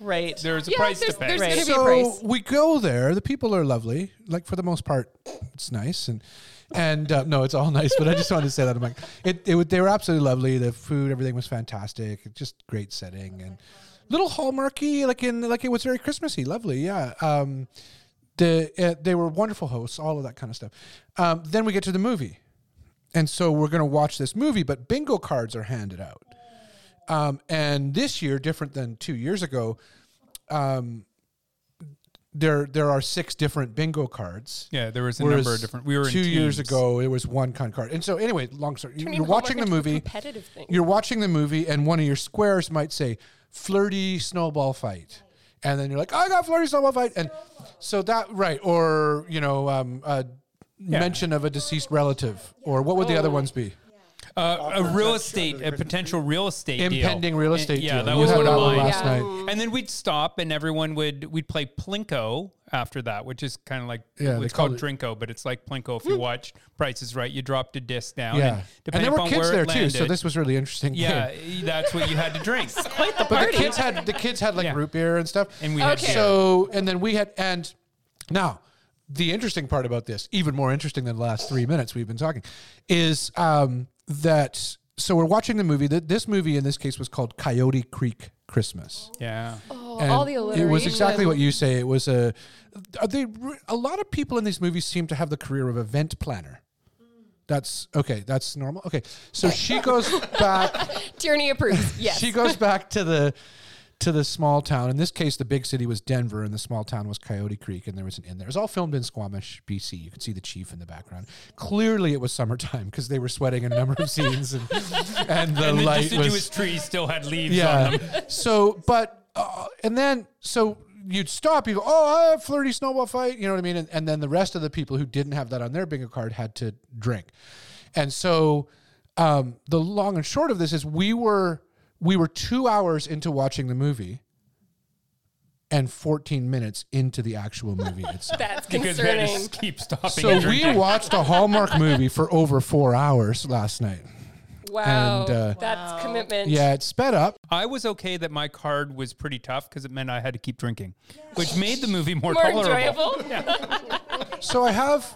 Speaker 4: Right.
Speaker 9: There was a
Speaker 3: Yeah,
Speaker 9: price
Speaker 3: there's-
Speaker 9: to pay.
Speaker 3: there's gonna be a
Speaker 1: so
Speaker 3: price.
Speaker 1: we go there. The people are lovely. Like for the most part, it's nice and and uh, no, it's all <laughs> nice. But I just wanted to say that I'm like it. it would, they were absolutely lovely. The food, everything was fantastic. It's Just great setting and little hallmarky. Like in like it was very Christmassy. Lovely, yeah. Um, the uh, they were wonderful hosts. All of that kind of stuff. Um, then we get to the movie, and so we're gonna watch this movie. But bingo cards are handed out. Um, and this year, different than two years ago, um, there there are six different bingo cards.
Speaker 9: Yeah, there was a
Speaker 1: Whereas
Speaker 9: number of different. We were in
Speaker 1: two years
Speaker 9: teams.
Speaker 1: ago. It was one con card, and so anyway, long story.
Speaker 3: Turning
Speaker 1: You're
Speaker 3: Hallmark
Speaker 1: watching the
Speaker 3: into a
Speaker 1: movie.
Speaker 3: competitive thing.
Speaker 1: You're watching the movie, and one of your squares might say "flirty snowball fight," and then you're like, "I got flirty snowball fight," and so that right, or you know, um, uh, mention of a deceased relative, or what would the
Speaker 3: Oh.
Speaker 1: other ones be?
Speaker 9: Uh, a real estate, a potential real estate deal.
Speaker 1: Impending real
Speaker 9: Uh,
Speaker 1: estate
Speaker 9: Yeah,
Speaker 1: deal.
Speaker 9: that
Speaker 1: You
Speaker 9: was
Speaker 1: had
Speaker 9: one
Speaker 1: that
Speaker 9: of
Speaker 1: one
Speaker 9: mine.
Speaker 1: last Yeah. night.
Speaker 9: And then we'd stop, and everyone would we'd play Plinko after that, which is kind of like
Speaker 1: Yeah, they
Speaker 9: it's called
Speaker 1: call
Speaker 9: Drinko, but it's like Plinko. If you
Speaker 4: Hmm.
Speaker 9: watch Price is Right, you dropped a disc down.
Speaker 1: yeah, and there
Speaker 9: depending
Speaker 1: were
Speaker 9: upon
Speaker 1: kids
Speaker 9: where
Speaker 1: there
Speaker 9: it
Speaker 1: too, so
Speaker 9: landed,
Speaker 1: this was really interesting.
Speaker 9: yeah, e, that's what you had to drink.
Speaker 4: Quite the
Speaker 1: <laughs> But
Speaker 4: party.
Speaker 1: the kids had the kids had like
Speaker 9: Yeah.
Speaker 1: root beer and stuff.
Speaker 9: And we had Okay. beer.
Speaker 1: so and then we had and now the interesting part about this, even more interesting than the last three minutes we've been talking, is um, that so we're watching the movie. That this movie in this case was called Coyote Creek Christmas.
Speaker 9: Yeah,
Speaker 3: Oh,
Speaker 1: And
Speaker 3: all the
Speaker 1: It
Speaker 3: alliteration.
Speaker 1: was exactly what you say. It was a. Are they, a lot of people in these movies seem to have the career of event planner. That's okay. That's normal. Okay, so she goes back.
Speaker 3: Tierney approves. Yes.
Speaker 1: She goes back to the to the small town. In this case, the big city was Denver, and the small town was Coyote Creek, and there was an inn there. It was all filmed in Squamish, BC. You could see the chief in the background. Clearly, it was summertime because they were sweating in a number of <laughs> scenes, and, and the
Speaker 9: and the
Speaker 1: light
Speaker 9: deciduous
Speaker 1: was
Speaker 9: trees still had leaves on
Speaker 1: yeah.
Speaker 9: them. <laughs>
Speaker 1: <laughs> so, but uh, and then so you'd stop. You go, oh, I have flirty snowball fight. You know what I mean? And, and then the rest of the people who didn't have that on their bingo card had to drink. And so, um, the long and short of this is we were we were two hours into watching the movie. And 14 minutes into the actual movie
Speaker 9: <laughs>
Speaker 1: itself.
Speaker 3: That's
Speaker 9: Because we had to
Speaker 3: concerning.
Speaker 9: s- keep stopping.
Speaker 1: so
Speaker 9: and
Speaker 1: we
Speaker 9: drinking.
Speaker 1: watched a Hallmark movie for over four hours last
Speaker 9: <laughs>
Speaker 1: night.
Speaker 3: Wow.
Speaker 1: and, uh,
Speaker 3: That's commitment.
Speaker 1: Yeah, it sped up.
Speaker 9: I was okay that my card was pretty tough because it meant I had to keep drinking, which made the movie more,
Speaker 3: More
Speaker 9: tolerable.
Speaker 3: enjoyable.
Speaker 1: So I have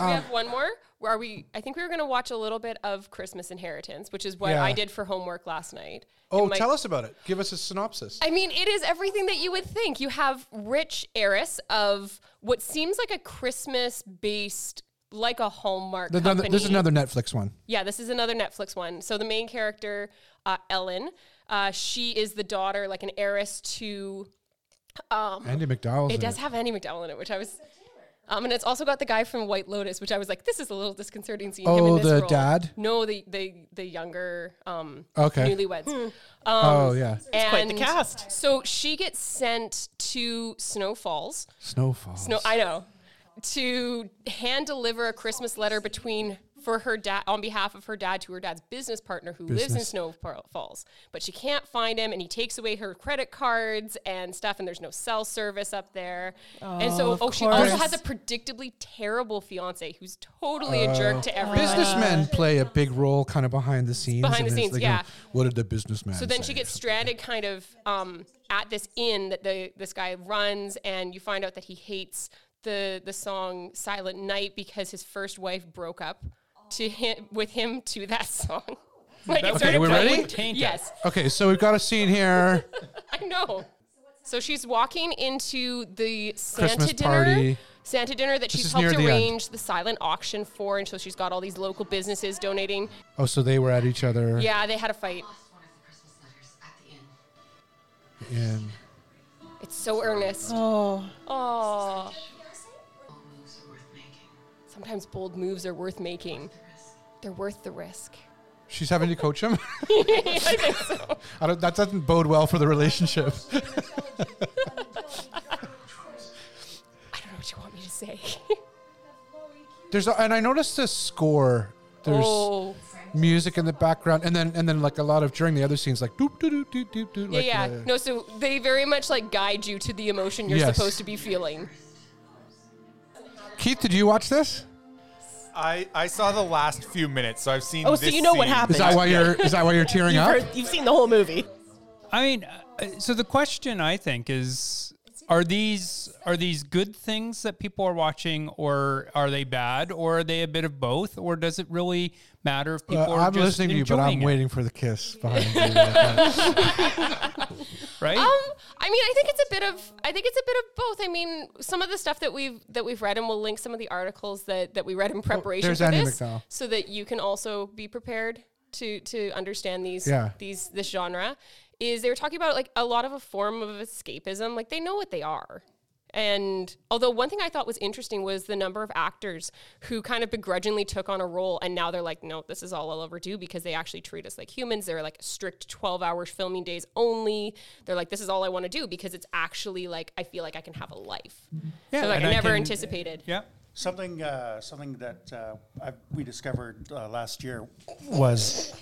Speaker 3: we
Speaker 1: Um,
Speaker 3: have one more. Are we? I think we were going to watch a little bit of Christmas Inheritance, which is what
Speaker 1: Yeah.
Speaker 3: I did for homework last night. It
Speaker 1: Oh,
Speaker 3: might-
Speaker 1: tell us about it. Give us a synopsis.
Speaker 3: I mean, it is everything that you would think. You have rich heiress of what seems like a Christmas based, like a Hallmark.
Speaker 1: Th- another-
Speaker 3: company.
Speaker 1: this is another Netflix one.
Speaker 3: Yeah, this is another Netflix one. So the main character, uh, Ellen, uh, she is the daughter, like an heiress to. Um,
Speaker 1: Andy McDowell's
Speaker 3: it
Speaker 1: in
Speaker 3: does have Annie McDowell in it, which I was. Um, and it's also got the guy from White Lotus, which I was like, this is a little disconcerting seeing him in
Speaker 1: Oh,
Speaker 3: this
Speaker 1: the
Speaker 3: role.
Speaker 1: dad?
Speaker 3: No, the the the younger um,
Speaker 1: Okay.
Speaker 3: newlyweds.
Speaker 1: oh yeah,
Speaker 3: and
Speaker 4: quite the cast.
Speaker 3: So she gets sent to Snow Falls.
Speaker 1: Snowfall.
Speaker 3: Snow, I know, to hand deliver a Christmas letter between for her dad on behalf of her dad to her dad's business partner who lives in
Speaker 1: Business.
Speaker 3: Snow Par- Falls. But she can't find him, and he takes away her credit cards and stuff. And there's no cell service up there. and
Speaker 4: Oh,
Speaker 3: so,
Speaker 4: of
Speaker 3: oh, she also
Speaker 4: course.
Speaker 3: has a predictably terrible fiance who's totally
Speaker 4: Uh,
Speaker 3: a jerk
Speaker 4: oh.
Speaker 3: to everyone.
Speaker 1: Businessmen play a big role kind of behind the scenes.
Speaker 3: Behind
Speaker 1: and
Speaker 3: the
Speaker 1: it's
Speaker 3: scenes,
Speaker 1: like,
Speaker 3: yeah.
Speaker 1: What did the businessman
Speaker 3: So then
Speaker 1: say?
Speaker 3: she gets stranded kind of um, at this inn that the this guy runs and you find out that he hates the the song Silent Night because his first wife broke up to him with him to that <laughs> song. like
Speaker 9: That-
Speaker 3: it
Speaker 9: okay,
Speaker 3: started
Speaker 1: we're
Speaker 3: playing-
Speaker 1: ready?
Speaker 9: Tainted.
Speaker 3: Yes.
Speaker 1: Okay, so we've got a scene here.
Speaker 3: <laughs> I know. So she's walking into the Santa
Speaker 1: Christmas
Speaker 3: dinner.
Speaker 1: party.
Speaker 3: Santa dinner that she's
Speaker 1: is near
Speaker 3: helped
Speaker 1: the end.
Speaker 3: arrange the silent auction for, and so she's got all these local businesses donating.
Speaker 1: Oh, so they were at each other.
Speaker 3: Yeah, they had a fight.
Speaker 2: Lost one of the Christmas letters at the inn.
Speaker 1: And
Speaker 3: It's so earnest.
Speaker 4: Oh,
Speaker 2: All
Speaker 3: Oh.
Speaker 2: moves are worth making.
Speaker 3: Sometimes bold moves are worth making. They're worth the risk.
Speaker 1: she's having to coach
Speaker 3: <laughs>
Speaker 1: him. <laughs> I don't, that doesn't bode well for the relationship.
Speaker 3: I don't know what you want me to say.
Speaker 1: There's a, and I noticed the score. There's
Speaker 3: <laughs> oh,
Speaker 1: music in the background, and then and then like a lot of during the other scenes, like doop doop doop doop doop doop.
Speaker 3: yeah,
Speaker 1: like
Speaker 3: yeah.
Speaker 1: the-
Speaker 3: no, so they very much like guide you to the emotion you're
Speaker 1: uh, Yes.
Speaker 3: supposed to be feeling.
Speaker 1: Keith, did you watch this?
Speaker 10: I, I saw the last few minutes, so I've seen.
Speaker 4: Oh, so
Speaker 10: this
Speaker 4: you know what
Speaker 10: scene.
Speaker 1: Is
Speaker 4: happened.
Speaker 1: that why you're is that why you're tearing
Speaker 4: you've,
Speaker 1: up?
Speaker 4: heard, you've seen the whole movie.
Speaker 9: I mean, uh, so the question I think is: Are these are these good things that people are watching, or are they bad, or are they a bit of both, or does it really matter if people
Speaker 1: Uh,
Speaker 9: are
Speaker 1: I'm
Speaker 9: just
Speaker 1: listening to you, but I'm
Speaker 9: enjoying it,
Speaker 1: waiting for the kiss behind you.
Speaker 9: right?
Speaker 3: Um, I mean, I think it's a bit of I think it's a bit of both. I mean, some of the stuff that we've that we've read, and we'll link some of the articles that that we read in preparation
Speaker 1: there's
Speaker 3: for
Speaker 1: Andy
Speaker 3: this,
Speaker 1: McDowell.
Speaker 3: so that you can also be prepared to to understand these
Speaker 1: Yeah.
Speaker 3: these this genre. Is they were talking about like a lot of a form of escapism. Like they know what they are. And although one thing I thought was interesting was the number of actors who kind of begrudgingly took on a role and now they're like, no, this is all overdue because they actually treat us like humans. They're like strict 12 hour filming days only. They're like, this is all I want to do because it's actually like, I feel like I can have a life.
Speaker 9: Yeah,
Speaker 3: so like,
Speaker 9: and
Speaker 3: I
Speaker 9: I
Speaker 3: never
Speaker 9: can-
Speaker 3: anticipated.
Speaker 9: yeah.
Speaker 5: Something, uh, something that uh, I, we discovered uh, last year was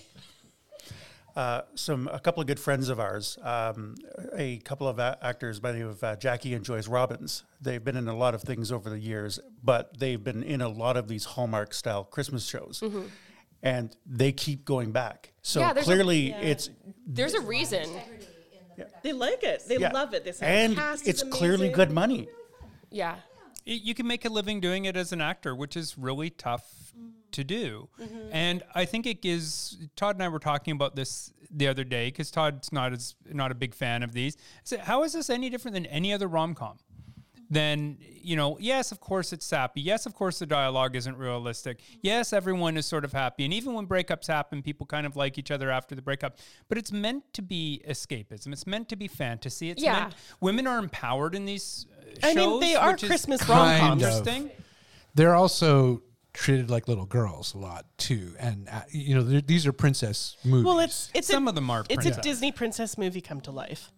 Speaker 5: uh, some a couple of good friends of ours, um, a couple of a- actors by the name of uh, Jackie and Joyce Robbins. They've been in a lot of things over the years, but they've been in a lot of these Hallmark style Christmas shows, and they keep going back. So
Speaker 3: Yeah, there's a-
Speaker 5: clearly, it's
Speaker 3: There's a reason.
Speaker 4: They like it. They
Speaker 5: yeah.
Speaker 4: love it. They say
Speaker 5: and
Speaker 4: the cast
Speaker 5: it's
Speaker 4: is
Speaker 5: clearly
Speaker 4: amazing.
Speaker 5: good money.
Speaker 3: Yeah.
Speaker 9: it- you can make a living doing it as an actor, which is really tough to do. And I think it gives Todd and I were talking about this the other day because Todd's not as not a big fan of these. I said, how is this any different than any other rom com? Then you know, yes, of course it's sappy. Yes, of course the dialogue isn't realistic. Yes, everyone is sort of happy, and even when breakups happen, people kind of like each other after the breakup. But it's meant to be escapism. It's meant to be fantasy. It's
Speaker 3: Yeah.
Speaker 9: meant women are empowered in these. uh,
Speaker 4: I
Speaker 9: Shows,
Speaker 4: mean, they are
Speaker 9: which is
Speaker 4: Christmas
Speaker 1: kind
Speaker 4: rom-coms.
Speaker 1: of.
Speaker 9: interesting.
Speaker 1: They're also treated like little girls a lot too, and uh, you know they're- these are princess movies.
Speaker 4: Well, it's it's
Speaker 9: Some
Speaker 4: a,
Speaker 9: of them are
Speaker 4: It's
Speaker 9: princess.
Speaker 4: a Disney princess movie come to life,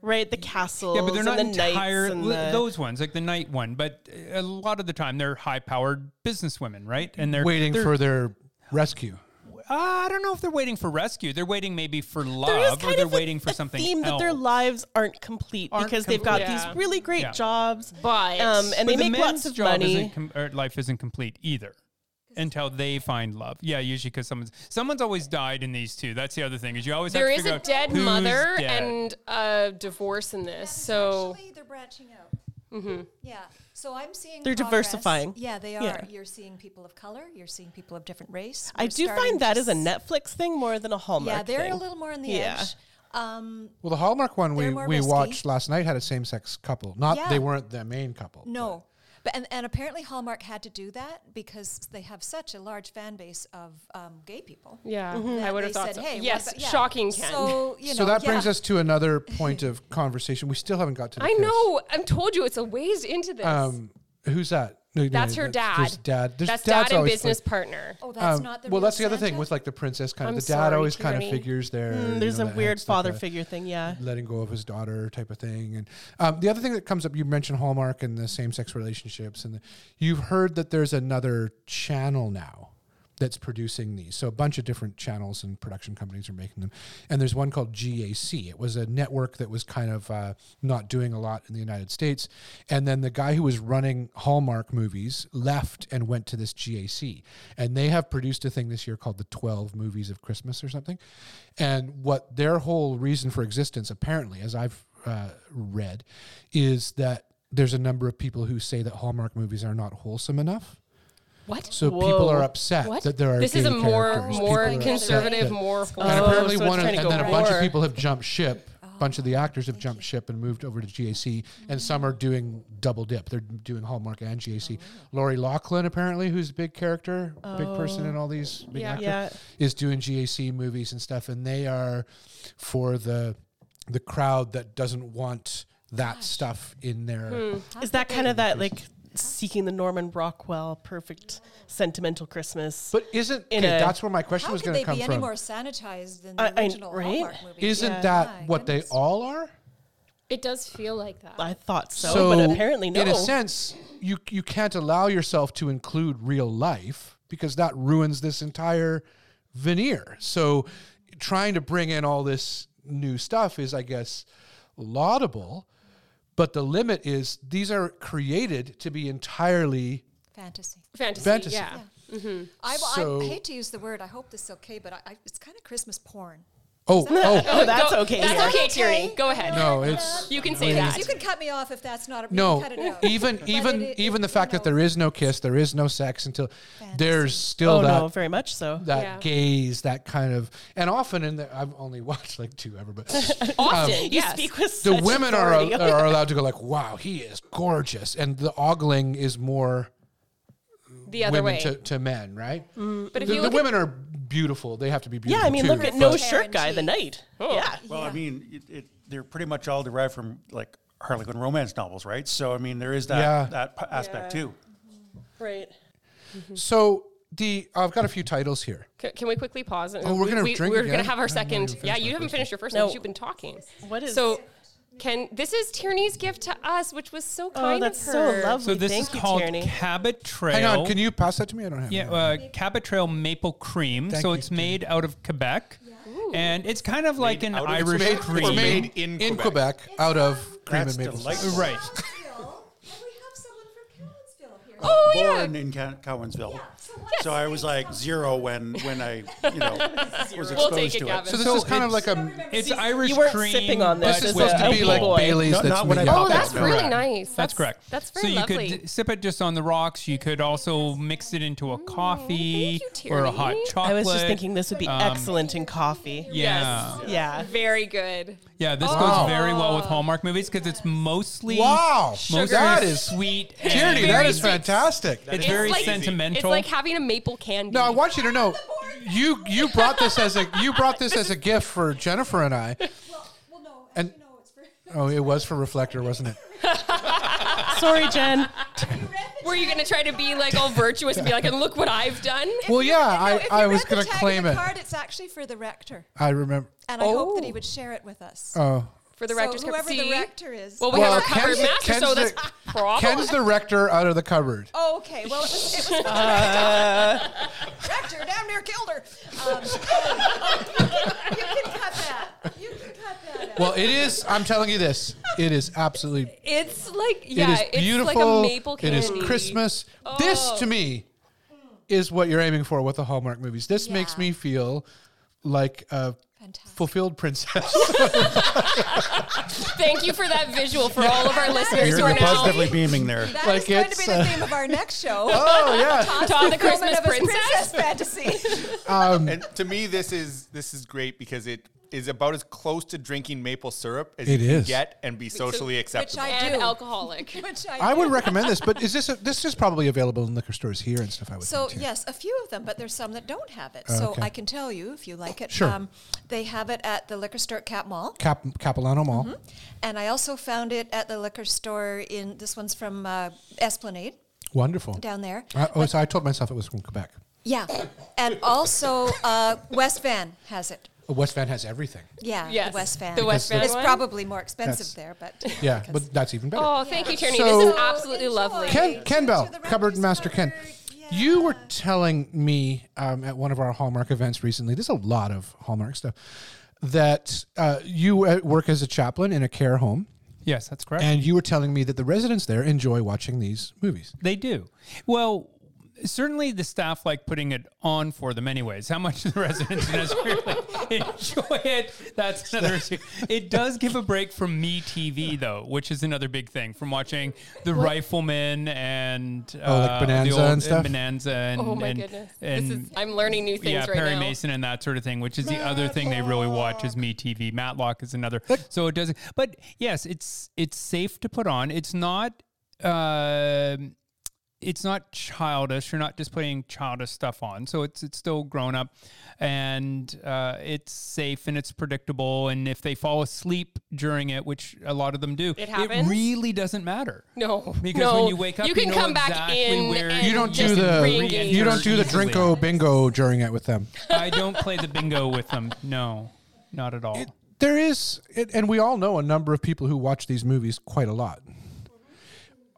Speaker 4: right? The castles.
Speaker 9: Yeah, but they're not
Speaker 4: and the
Speaker 9: entire
Speaker 4: knights and
Speaker 9: li-
Speaker 4: the-
Speaker 9: those ones, like the night one. But uh, a lot of the time, they're high-powered businesswomen, right? And they're
Speaker 1: waiting
Speaker 9: they're-
Speaker 1: for their rescue.
Speaker 9: Uh, I don't know if they're waiting for rescue. They're waiting maybe for
Speaker 4: There is
Speaker 9: love, or
Speaker 4: kind
Speaker 9: they're
Speaker 4: of a-
Speaker 9: waiting for
Speaker 4: a
Speaker 9: something
Speaker 4: theme
Speaker 9: else.
Speaker 4: that their lives aren't complete
Speaker 9: Aren't
Speaker 4: because they've got
Speaker 9: complete.
Speaker 3: Yeah.
Speaker 4: these really great
Speaker 9: Yeah.
Speaker 4: jobs,
Speaker 3: But-
Speaker 4: um, and
Speaker 9: But
Speaker 4: they
Speaker 9: the
Speaker 4: make
Speaker 9: men's
Speaker 4: lots of
Speaker 9: job
Speaker 4: money.
Speaker 9: Isn't com- or life isn't complete either until they find love. Yeah, usually because someone's someone's always died in these two. That's the other thing is you always
Speaker 3: There
Speaker 9: have to
Speaker 3: is
Speaker 9: figure
Speaker 3: a
Speaker 9: out
Speaker 3: dead
Speaker 9: who's
Speaker 3: mother
Speaker 9: dead.
Speaker 3: and a divorce in this. So
Speaker 8: Actually, they're branching out. Yeah. So I'm seeing
Speaker 4: Mm-hmm. They're
Speaker 8: progress.
Speaker 4: diversifying.
Speaker 8: Yeah, they are.
Speaker 4: Yeah.
Speaker 8: You're seeing people of color. You're seeing people of different race.
Speaker 4: I
Speaker 8: We're
Speaker 4: do
Speaker 8: starting
Speaker 4: find
Speaker 8: to
Speaker 4: that as a
Speaker 8: s-
Speaker 4: Netflix thing more than a Hallmark.
Speaker 8: Yeah, they're
Speaker 4: thing.
Speaker 8: a little more on the
Speaker 4: Yeah.
Speaker 8: edge. Um,
Speaker 1: Well, the Hallmark one we,
Speaker 8: They're more
Speaker 1: we
Speaker 8: risky.
Speaker 1: watched last night had a same sex couple. Not
Speaker 8: Yeah.
Speaker 1: they weren't the main couple.
Speaker 8: no. But, and, and apparently Hallmark had to do that because they have such a large fan base of um, gay people.
Speaker 3: yeah,
Speaker 8: that
Speaker 3: I would have
Speaker 8: they
Speaker 3: thought
Speaker 8: said,
Speaker 3: so.
Speaker 8: "Hey, what
Speaker 3: yes,
Speaker 8: about- yeah."
Speaker 3: shocking Ken.
Speaker 8: So, you know,
Speaker 1: Mm-hmm. so that brings
Speaker 8: yeah.
Speaker 1: us to another point of conversation. We still haven't got to. The
Speaker 3: I
Speaker 1: kiss.
Speaker 3: know. I'm told you it's a ways into this.
Speaker 1: Um, who's that? No, no,
Speaker 3: that's
Speaker 1: no,
Speaker 3: her
Speaker 1: that's-
Speaker 3: dad.
Speaker 1: There's dad. There's
Speaker 3: that's
Speaker 1: dad's
Speaker 3: dad and
Speaker 1: always
Speaker 3: business
Speaker 1: like-
Speaker 3: partner.
Speaker 8: Oh, that's
Speaker 1: um,
Speaker 8: not the
Speaker 1: well,
Speaker 8: real
Speaker 1: that's the other
Speaker 8: Santa?
Speaker 1: thing with like the princess kind of.
Speaker 3: I'm
Speaker 1: the dad
Speaker 3: sorry,
Speaker 1: always kind
Speaker 3: Kearney.
Speaker 1: of figures there. you
Speaker 4: Hmm, There's
Speaker 1: know,
Speaker 4: a
Speaker 1: that
Speaker 4: weird
Speaker 1: it's like
Speaker 4: father
Speaker 1: a
Speaker 4: figure thing. Yeah.
Speaker 1: Letting go of his daughter type of thing, and um, the other thing that comes up, you mentioned Hallmark and the same-sex relationships, and the, you've heard that there's another channel now that's producing these. So a bunch of different channels and production companies are making them. And there's one called GAC. It was a network that was kind of uh, not doing a lot in the United States. And then the guy who was running Hallmark movies left and went to this GAC. And they have produced a thing this year called the 12 Movies of Christmas or something. And what their whole reason for existence, apparently, as I've uh, read, is that there's a number of people who say that Hallmark movies are not wholesome enough.
Speaker 3: What?
Speaker 1: So
Speaker 3: Whoa.
Speaker 1: people are upset
Speaker 3: What?
Speaker 1: that there are
Speaker 3: This is
Speaker 1: gay
Speaker 3: a more-
Speaker 1: characters.
Speaker 3: more
Speaker 1: People are upset
Speaker 3: conservative, more
Speaker 1: and
Speaker 3: wholesome.
Speaker 1: apparently
Speaker 3: Oh, so it's
Speaker 1: one of,
Speaker 3: trying
Speaker 1: and
Speaker 3: to
Speaker 1: then
Speaker 3: go
Speaker 1: a bunch of
Speaker 3: more.
Speaker 1: people have jumped ship.
Speaker 4: Oh,
Speaker 1: A bunch of the actors have jumped ship and moved over to GAC, and some are doing double dip. They're doing Hallmark and GAC. Lori Laughlin, apparently, who's a big character, big person
Speaker 4: Oh.
Speaker 1: in all these big
Speaker 4: Yeah.
Speaker 1: actor,
Speaker 4: Yeah.
Speaker 1: is doing GAC movies and stuff, and they are for the the crowd that doesn't want that stuff in their
Speaker 4: Hmm. Is that kind of that like seeking the Norman Rockwell perfect sentimental Christmas?
Speaker 1: But isn't
Speaker 4: in
Speaker 1: okay,
Speaker 4: a-
Speaker 1: that's where my question
Speaker 8: How
Speaker 1: was
Speaker 8: could
Speaker 1: going
Speaker 8: they
Speaker 1: to come
Speaker 8: be any
Speaker 1: from.
Speaker 8: more sanitized than
Speaker 4: I-
Speaker 8: the
Speaker 4: I-
Speaker 8: original
Speaker 4: right?
Speaker 8: Hallmark movies?
Speaker 1: Isn't
Speaker 4: Yeah.
Speaker 1: that what they all are?
Speaker 3: It does feel like that.
Speaker 4: I thought so, but apparently no.
Speaker 1: In a sense, you you can't allow yourself to include real life because that ruins this entire veneer. So trying to bring in all this new stuff is, I guess, laudable, but the limit is these are created to be entirely
Speaker 8: Fantasy.
Speaker 3: Fantasy.
Speaker 1: Fantasy.
Speaker 3: Yeah. Mm-hmm.
Speaker 8: I,
Speaker 1: So-
Speaker 8: I hate to use the word. I hope this is okay, but I, I, it's kind of Christmas porn.
Speaker 1: Oh, oh,
Speaker 4: <laughs> that's okay,
Speaker 3: That's
Speaker 4: yeah.
Speaker 3: okay, Terry. Go ahead.
Speaker 1: No, it's-
Speaker 3: you can
Speaker 1: I
Speaker 3: say
Speaker 1: mean,
Speaker 3: that.
Speaker 8: You can cut me off if that's not. A,
Speaker 1: no,
Speaker 8: you can cut it out.
Speaker 1: even
Speaker 8: But
Speaker 1: even
Speaker 8: it- it-
Speaker 1: even the
Speaker 8: you
Speaker 1: fact that
Speaker 8: know,
Speaker 1: there is no kiss, there is no sex until there's still
Speaker 4: oh
Speaker 1: that
Speaker 4: no, very much so.
Speaker 1: that
Speaker 3: Yeah.
Speaker 1: gaze, that kind of, and often in the, I've only <laughs> watched like two ever,
Speaker 3: <laughs>
Speaker 1: but <laughs>
Speaker 3: Often,
Speaker 1: um,
Speaker 4: You
Speaker 3: yes.
Speaker 4: speak with
Speaker 1: the
Speaker 4: such
Speaker 1: women are, al-
Speaker 4: authority.
Speaker 1: are allowed to
Speaker 3: <laughs>
Speaker 1: go like, wow, he is gorgeous. And the ogling is more
Speaker 3: the other
Speaker 1: women
Speaker 3: way.
Speaker 1: to, to men, right?
Speaker 3: but if
Speaker 1: The,
Speaker 3: you
Speaker 1: the
Speaker 3: look
Speaker 1: women are beautiful. They have to be
Speaker 4: <laughs>
Speaker 1: beautiful.
Speaker 4: yeah, I mean,
Speaker 1: too,
Speaker 4: look at
Speaker 1: but-
Speaker 4: no
Speaker 8: Hair
Speaker 4: shirt
Speaker 8: and
Speaker 4: guy the
Speaker 8: cheek.
Speaker 4: night. Yeah.
Speaker 5: Well, I mean, it, it, they're pretty much all derived from like Harlequin romance novels, right? So, I mean, there is that
Speaker 1: Yeah.
Speaker 5: that p- aspect too.
Speaker 4: Right.
Speaker 1: So the, I've got a few titles here.
Speaker 3: at, can we quickly pause? and-
Speaker 1: Oh, we're gonna
Speaker 3: we,
Speaker 1: drink
Speaker 3: We're
Speaker 1: again?
Speaker 3: gonna have
Speaker 1: I'm
Speaker 3: our
Speaker 1: not
Speaker 3: second.
Speaker 1: even
Speaker 3: Yeah,
Speaker 1: finished
Speaker 3: you
Speaker 1: my
Speaker 3: haven't
Speaker 1: first
Speaker 3: finished your first one.
Speaker 4: No.
Speaker 3: because You've been talking.
Speaker 4: What is-
Speaker 3: so? Can this is Tierney's gift to us, which was so kind
Speaker 4: Oh, that's
Speaker 3: of
Speaker 4: so
Speaker 3: her.
Speaker 4: lovely.
Speaker 9: So this
Speaker 4: Thank
Speaker 9: is
Speaker 4: you,
Speaker 9: called
Speaker 4: Tierney.
Speaker 9: Cabot Trail.
Speaker 1: Hang on. Can you pass that to me? I don't have
Speaker 9: Yeah,
Speaker 1: it.
Speaker 9: uh, Cabot Trail maple cream.
Speaker 1: Thank
Speaker 9: so
Speaker 1: you,
Speaker 9: it's made out of Quebec, and it's kind of like an
Speaker 10: out of- it's
Speaker 9: Irish
Speaker 10: made-
Speaker 9: cream.
Speaker 10: it's made
Speaker 1: in,
Speaker 10: in
Speaker 1: Quebec.
Speaker 10: Quebec.
Speaker 1: out of cream
Speaker 5: That's
Speaker 1: and maple.
Speaker 5: delightful.
Speaker 1: syrup.
Speaker 9: right.
Speaker 8: Cowensville, and we have someone from Cowensville here.
Speaker 3: Oh yeah.
Speaker 5: Born in Cow- Cowansville.
Speaker 8: so what's
Speaker 5: So I was
Speaker 8: the
Speaker 5: like
Speaker 8: next
Speaker 5: zero when when I you know was exposed
Speaker 3: We'll take it,
Speaker 5: to
Speaker 3: Gavin.
Speaker 1: So this
Speaker 9: So
Speaker 1: is kind of
Speaker 9: it's-
Speaker 1: like a,
Speaker 9: It's Irish
Speaker 4: weren't
Speaker 9: cream.
Speaker 4: sipping on
Speaker 9: but
Speaker 4: this
Speaker 1: this is
Speaker 4: as
Speaker 1: supposed
Speaker 4: a-
Speaker 1: to be
Speaker 4: a
Speaker 1: like
Speaker 4: boy.
Speaker 1: Bailey's
Speaker 5: Not-
Speaker 1: that's
Speaker 5: not when
Speaker 1: made
Speaker 5: I
Speaker 1: out
Speaker 5: pop
Speaker 1: of
Speaker 5: Oh,
Speaker 3: that's
Speaker 1: milk.
Speaker 5: out.
Speaker 3: really
Speaker 5: Correct.
Speaker 3: nice.
Speaker 9: That's correct.
Speaker 3: That's
Speaker 9: so
Speaker 3: very
Speaker 9: you
Speaker 3: lovely.
Speaker 9: could d- sip it just on the rocks. You could also mix it into a coffee
Speaker 3: thank you,
Speaker 9: or a hot
Speaker 3: Tierney.
Speaker 9: chocolate.
Speaker 4: I was just thinking this would be excellent in coffee.
Speaker 9: Yeah,
Speaker 4: Yeah.
Speaker 3: very good.
Speaker 9: yeah. This
Speaker 1: Wow.
Speaker 9: goes very well with Hallmark movies because it's mostly
Speaker 1: Wow.
Speaker 9: mostly
Speaker 1: That is
Speaker 9: sweet.
Speaker 1: Tierney,
Speaker 9: and
Speaker 1: that
Speaker 3: Very
Speaker 1: is
Speaker 3: sweet.
Speaker 1: fantastic.
Speaker 9: It's very
Speaker 3: like-
Speaker 9: sentimental.
Speaker 3: It's like having a maple candy.
Speaker 1: No, I want you to know you you brought this as a you brought this
Speaker 8: <laughs>
Speaker 1: as a gift for Jennifer and I.
Speaker 8: Well, well, no,
Speaker 1: And-
Speaker 8: actually, no,
Speaker 1: <laughs>
Speaker 8: it's for. <laughs>
Speaker 1: Oh, it was for reflector, wasn't it?
Speaker 4: Sorry, Jen.
Speaker 3: <laughs> Were you gonna try to be like all virtuous and be like, and look what I've
Speaker 4: <laughs>
Speaker 3: done?
Speaker 1: Well, yeah,
Speaker 8: No,
Speaker 1: I,
Speaker 8: if you
Speaker 1: I
Speaker 8: read
Speaker 1: was
Speaker 8: the
Speaker 1: going to
Speaker 8: tag of
Speaker 1: claim
Speaker 8: the
Speaker 1: it.
Speaker 8: Card, it's actually for the rector,
Speaker 1: I remember.
Speaker 8: and I hope that
Speaker 3: Oh.
Speaker 8: he would share it with us.
Speaker 1: Oh,
Speaker 3: For the
Speaker 8: So
Speaker 3: rector's cup.
Speaker 8: whoever the
Speaker 3: See?
Speaker 8: rector is.
Speaker 3: Well, we
Speaker 1: Well,
Speaker 3: have our cupboard
Speaker 1: Ken's-
Speaker 3: master,
Speaker 1: Ken's
Speaker 3: so that's
Speaker 1: the-
Speaker 3: probably.
Speaker 1: Ken's the rector out of the cupboard.
Speaker 8: Oh, okay. Well, it was, it was for the
Speaker 3: Uh.
Speaker 8: <laughs> rector. Rector damn near killed her. Um, oh, oh, you, can, you can cut that. You can cut that out.
Speaker 1: Well, it is. I'm telling you this. It is absolutely.
Speaker 3: It's like yeah,
Speaker 1: it
Speaker 3: it's
Speaker 1: is beautiful.
Speaker 3: like a maple
Speaker 1: it
Speaker 3: candy.
Speaker 1: is Christmas. This
Speaker 8: Oh.
Speaker 1: to me is what you're aiming for with the Hallmark movies. This makes
Speaker 8: Yeah.
Speaker 1: me feel like a
Speaker 8: Fantastic.
Speaker 1: fulfilled princess.
Speaker 3: Thank you for that visual for
Speaker 1: <laughs>
Speaker 3: all of our listeners
Speaker 5: You're,
Speaker 3: who are
Speaker 5: you're
Speaker 3: now
Speaker 5: positively beaming there.
Speaker 8: That is
Speaker 1: like
Speaker 8: going to
Speaker 1: it's,
Speaker 8: be the
Speaker 1: uh,
Speaker 8: theme of our next show.
Speaker 1: <laughs> oh
Speaker 8: <laughs>
Speaker 1: yeah.
Speaker 3: Tom the
Speaker 8: Fulfillment
Speaker 3: Christmas
Speaker 8: of his
Speaker 3: Princess.
Speaker 8: princess fantasy.
Speaker 10: And to me, this is this is great because it is about as close to drinking maple syrup as
Speaker 1: It
Speaker 10: you can
Speaker 1: is.
Speaker 10: get and be socially acceptable.
Speaker 8: I
Speaker 3: and
Speaker 8: do.
Speaker 3: alcoholic.
Speaker 8: <laughs> Which I,
Speaker 1: I would
Speaker 8: do.
Speaker 1: recommend this, but is this a, this is probably available in liquor stores here and stuff? I would
Speaker 8: So
Speaker 1: think too.
Speaker 8: yes, a few of them, but there's some that don't have it. so
Speaker 1: okay.
Speaker 8: I can tell you if you like it. um,
Speaker 1: Sure.
Speaker 8: they have it at the liquor store at Cap Mall,
Speaker 1: Cap, Capilano Mall.
Speaker 8: Mm-hmm. and I also found it at the liquor store in this one's from uh, Esplanade
Speaker 1: Wonderful.
Speaker 8: down there.
Speaker 1: I, oh, so I told myself it was from Quebec.
Speaker 8: Yeah, and also uh, West Van has it.
Speaker 1: Oh, West Van has everything.
Speaker 8: Yeah,
Speaker 3: Yes,
Speaker 8: the West Van.
Speaker 3: the West
Speaker 1: Because
Speaker 3: Van
Speaker 8: It's
Speaker 3: one.
Speaker 8: probably more expensive
Speaker 1: That's-
Speaker 8: there, but <laughs>
Speaker 1: Yeah,
Speaker 8: because-
Speaker 1: but that's even better.
Speaker 3: Oh, thank you, Tierney.
Speaker 1: So-
Speaker 3: this is absolutely lovely.
Speaker 1: Ken, Ken
Speaker 8: To
Speaker 1: Bell,
Speaker 8: the
Speaker 1: cupboard
Speaker 8: rector's
Speaker 1: master Ken.
Speaker 8: cupboard,
Speaker 1: You were telling me um, at one of our Hallmark events recently. There's a lot of Hallmark stuff that uh, you uh, work as a chaplain in a care home,
Speaker 9: Yes, that's correct.
Speaker 1: and you were telling me that the residents there enjoy watching these movies.
Speaker 9: They do. Well, certainly the staff like putting it on for them, anyways. How much <laughs> the residents necessarily enjoy it, that's another issue. It does give a break from me TV, though, which is another big thing from watching The Rifleman and
Speaker 1: Oh, like
Speaker 9: uh,
Speaker 1: Bonanza
Speaker 9: the old,
Speaker 1: and stuff?
Speaker 9: Bonanza and,
Speaker 3: oh my
Speaker 9: and-
Speaker 3: goodness.
Speaker 9: and-
Speaker 3: this is I'm learning new things
Speaker 9: yeah,
Speaker 3: right
Speaker 9: Perry
Speaker 3: now.
Speaker 9: Mason and that sort of thing, which is the other thing they really watch is Me TV. Matlock is another. So it does. But yes, it's it's safe to put on. It's not. Uh, it's not childish. You're not just putting childish stuff on. So it's it's still grown up, and uh, it's safe and it's predictable. And if they fall asleep during it, which a lot of them do,
Speaker 3: It happens?
Speaker 9: really doesn't matter.
Speaker 3: No,
Speaker 9: Because
Speaker 3: no.
Speaker 9: when you wake up,
Speaker 3: you can
Speaker 9: know
Speaker 3: come back
Speaker 9: exactly
Speaker 3: in.
Speaker 9: where
Speaker 3: and
Speaker 1: You don't do
Speaker 3: just
Speaker 1: the
Speaker 3: re-engage.
Speaker 1: you don't do the
Speaker 9: Easily.
Speaker 1: drinko bingo during it with them.
Speaker 9: I don't play the bingo with them. No, not at all.
Speaker 1: there is, it, and we all know a number of people who watch these movies quite a lot.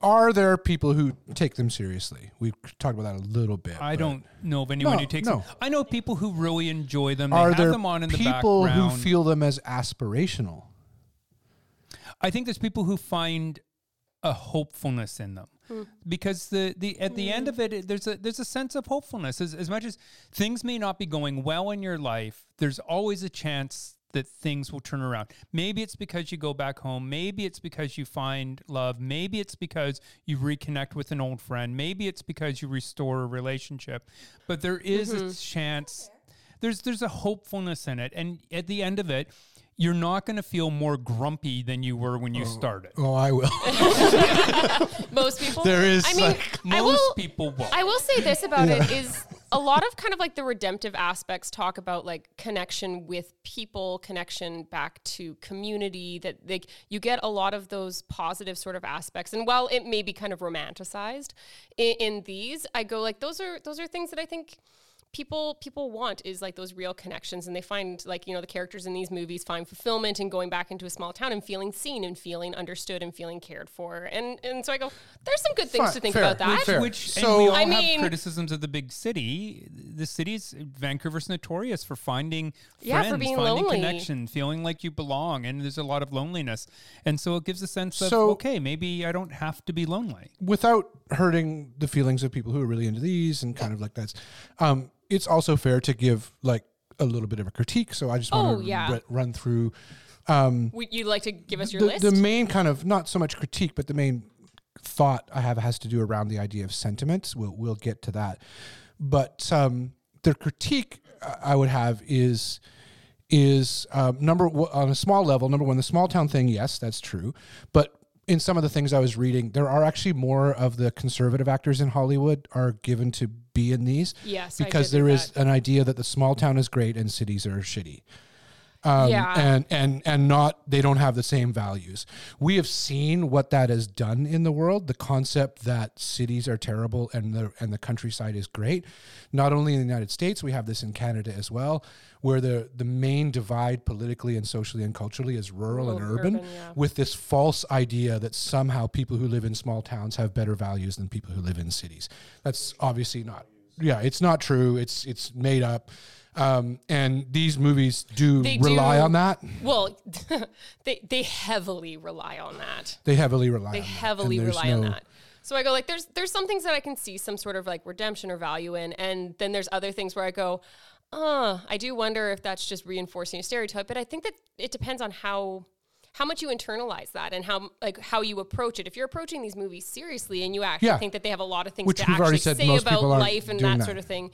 Speaker 1: Are there people who take them seriously? We've talked about that a little bit.
Speaker 9: I
Speaker 1: but
Speaker 9: don't know of anyone
Speaker 1: No,
Speaker 9: who takes
Speaker 1: no.
Speaker 9: them. I know people who really enjoy them. They
Speaker 1: Are
Speaker 9: have
Speaker 1: there
Speaker 9: them on in the
Speaker 1: people who
Speaker 9: background.
Speaker 1: feel them as aspirational?
Speaker 9: I think there's people who find a hopefulness in them. Because the, the at the end of it, it- there's a there's a sense of hopefulness. As, as much as things may not be going well in your life, there's always a chance that things will turn around. Maybe it's because you go back home. Maybe it's because you find love. Maybe it's because you reconnect with an old friend. Maybe it's because you restore a relationship. But there is a chance there's there's a hopefulness in it and at the end of it you're not going to feel more grumpy than you were when you started
Speaker 1: Oh, I will.
Speaker 3: most people.
Speaker 1: There is,
Speaker 3: I
Speaker 1: <laughs>
Speaker 3: mean,
Speaker 1: like,
Speaker 3: I
Speaker 9: most
Speaker 3: will,
Speaker 9: people won't
Speaker 3: I will say this about it is a lot of kind of like the redemptive aspects talk about like connection with people, connection back to community. That like you get a lot of those positive sort of aspects. And while it may be kind of romanticized in, in these, I go like those are those are things that I think people people want is like those real connections and they find like you know the characters in these movies find fulfillment in going back into a small town and feeling seen and feeling understood and feeling cared for and and so i go there's some good things
Speaker 1: Fine,
Speaker 3: to think
Speaker 1: fair,
Speaker 3: about that
Speaker 1: fair.
Speaker 9: which
Speaker 1: So-
Speaker 9: and we all
Speaker 3: I
Speaker 9: have
Speaker 3: mean-
Speaker 9: criticisms of the big city the city's vancouver's notorious for finding
Speaker 3: Yeah, for
Speaker 9: friends
Speaker 3: being
Speaker 9: finding
Speaker 3: lonely.
Speaker 9: connection feeling like you belong and there's a lot of loneliness and so it gives a sense of
Speaker 1: So-
Speaker 9: okay maybe i don't have to be lonely
Speaker 1: <laughs> Without hurting the feelings of people who are really into these and kind of like that's, um, it's also fair to give like a little bit of a critique. So I just want
Speaker 3: Oh,
Speaker 1: to
Speaker 3: yeah.
Speaker 1: run through
Speaker 3: Would you like to give us your
Speaker 1: the,
Speaker 3: list
Speaker 1: the main kind of not so much critique, but the main thought I have has to do around the idea of sentiments. We'll we'll get to that, but um, the critique I- I would have is is um, number o- on a small level. Number one, the small town thing. Yes, that's true, but in some of the things I was reading, there are actually more of the conservative actors in Hollywood are given to be in these.
Speaker 3: Yes, I
Speaker 1: because
Speaker 3: did
Speaker 1: there
Speaker 3: read
Speaker 1: is an idea that the small town is great and cities are shitty
Speaker 3: yeah
Speaker 1: Um, and and and not they don't have the same values. We have seen what that has done in the world. The concept that cities are terrible and the and the countryside is great. Not only in the United States, we have this in Canada as well, where the the main divide politically and socially and culturally is rural, and urban, with this false idea that somehow people who live in small towns have better values than people who live in cities. That's obviously not. Yeah, it's not true. It's it's made up. Um, and these movies do
Speaker 3: They
Speaker 1: rely
Speaker 3: do-
Speaker 1: on that.
Speaker 3: well <laughs> they they heavily rely on that
Speaker 1: They heavily rely.
Speaker 3: they
Speaker 1: on that, and
Speaker 3: heavily
Speaker 1: there's
Speaker 3: rely on
Speaker 1: no-
Speaker 3: that so i go like there's there's some things that i can see some sort of like redemption or value in and then there's other things where i go uh i do wonder if that's just reinforcing a stereotype but i think that it depends on how how much you internalize that and how like how you approach it if you're approaching these movies seriously and you actually
Speaker 1: Yeah.
Speaker 3: think that they have a lot of things
Speaker 1: Which
Speaker 3: to
Speaker 1: we've already
Speaker 3: actually
Speaker 1: said
Speaker 3: say
Speaker 1: most
Speaker 3: about
Speaker 1: people aren't
Speaker 3: life and
Speaker 1: doing
Speaker 3: that
Speaker 1: that.
Speaker 3: sort of thing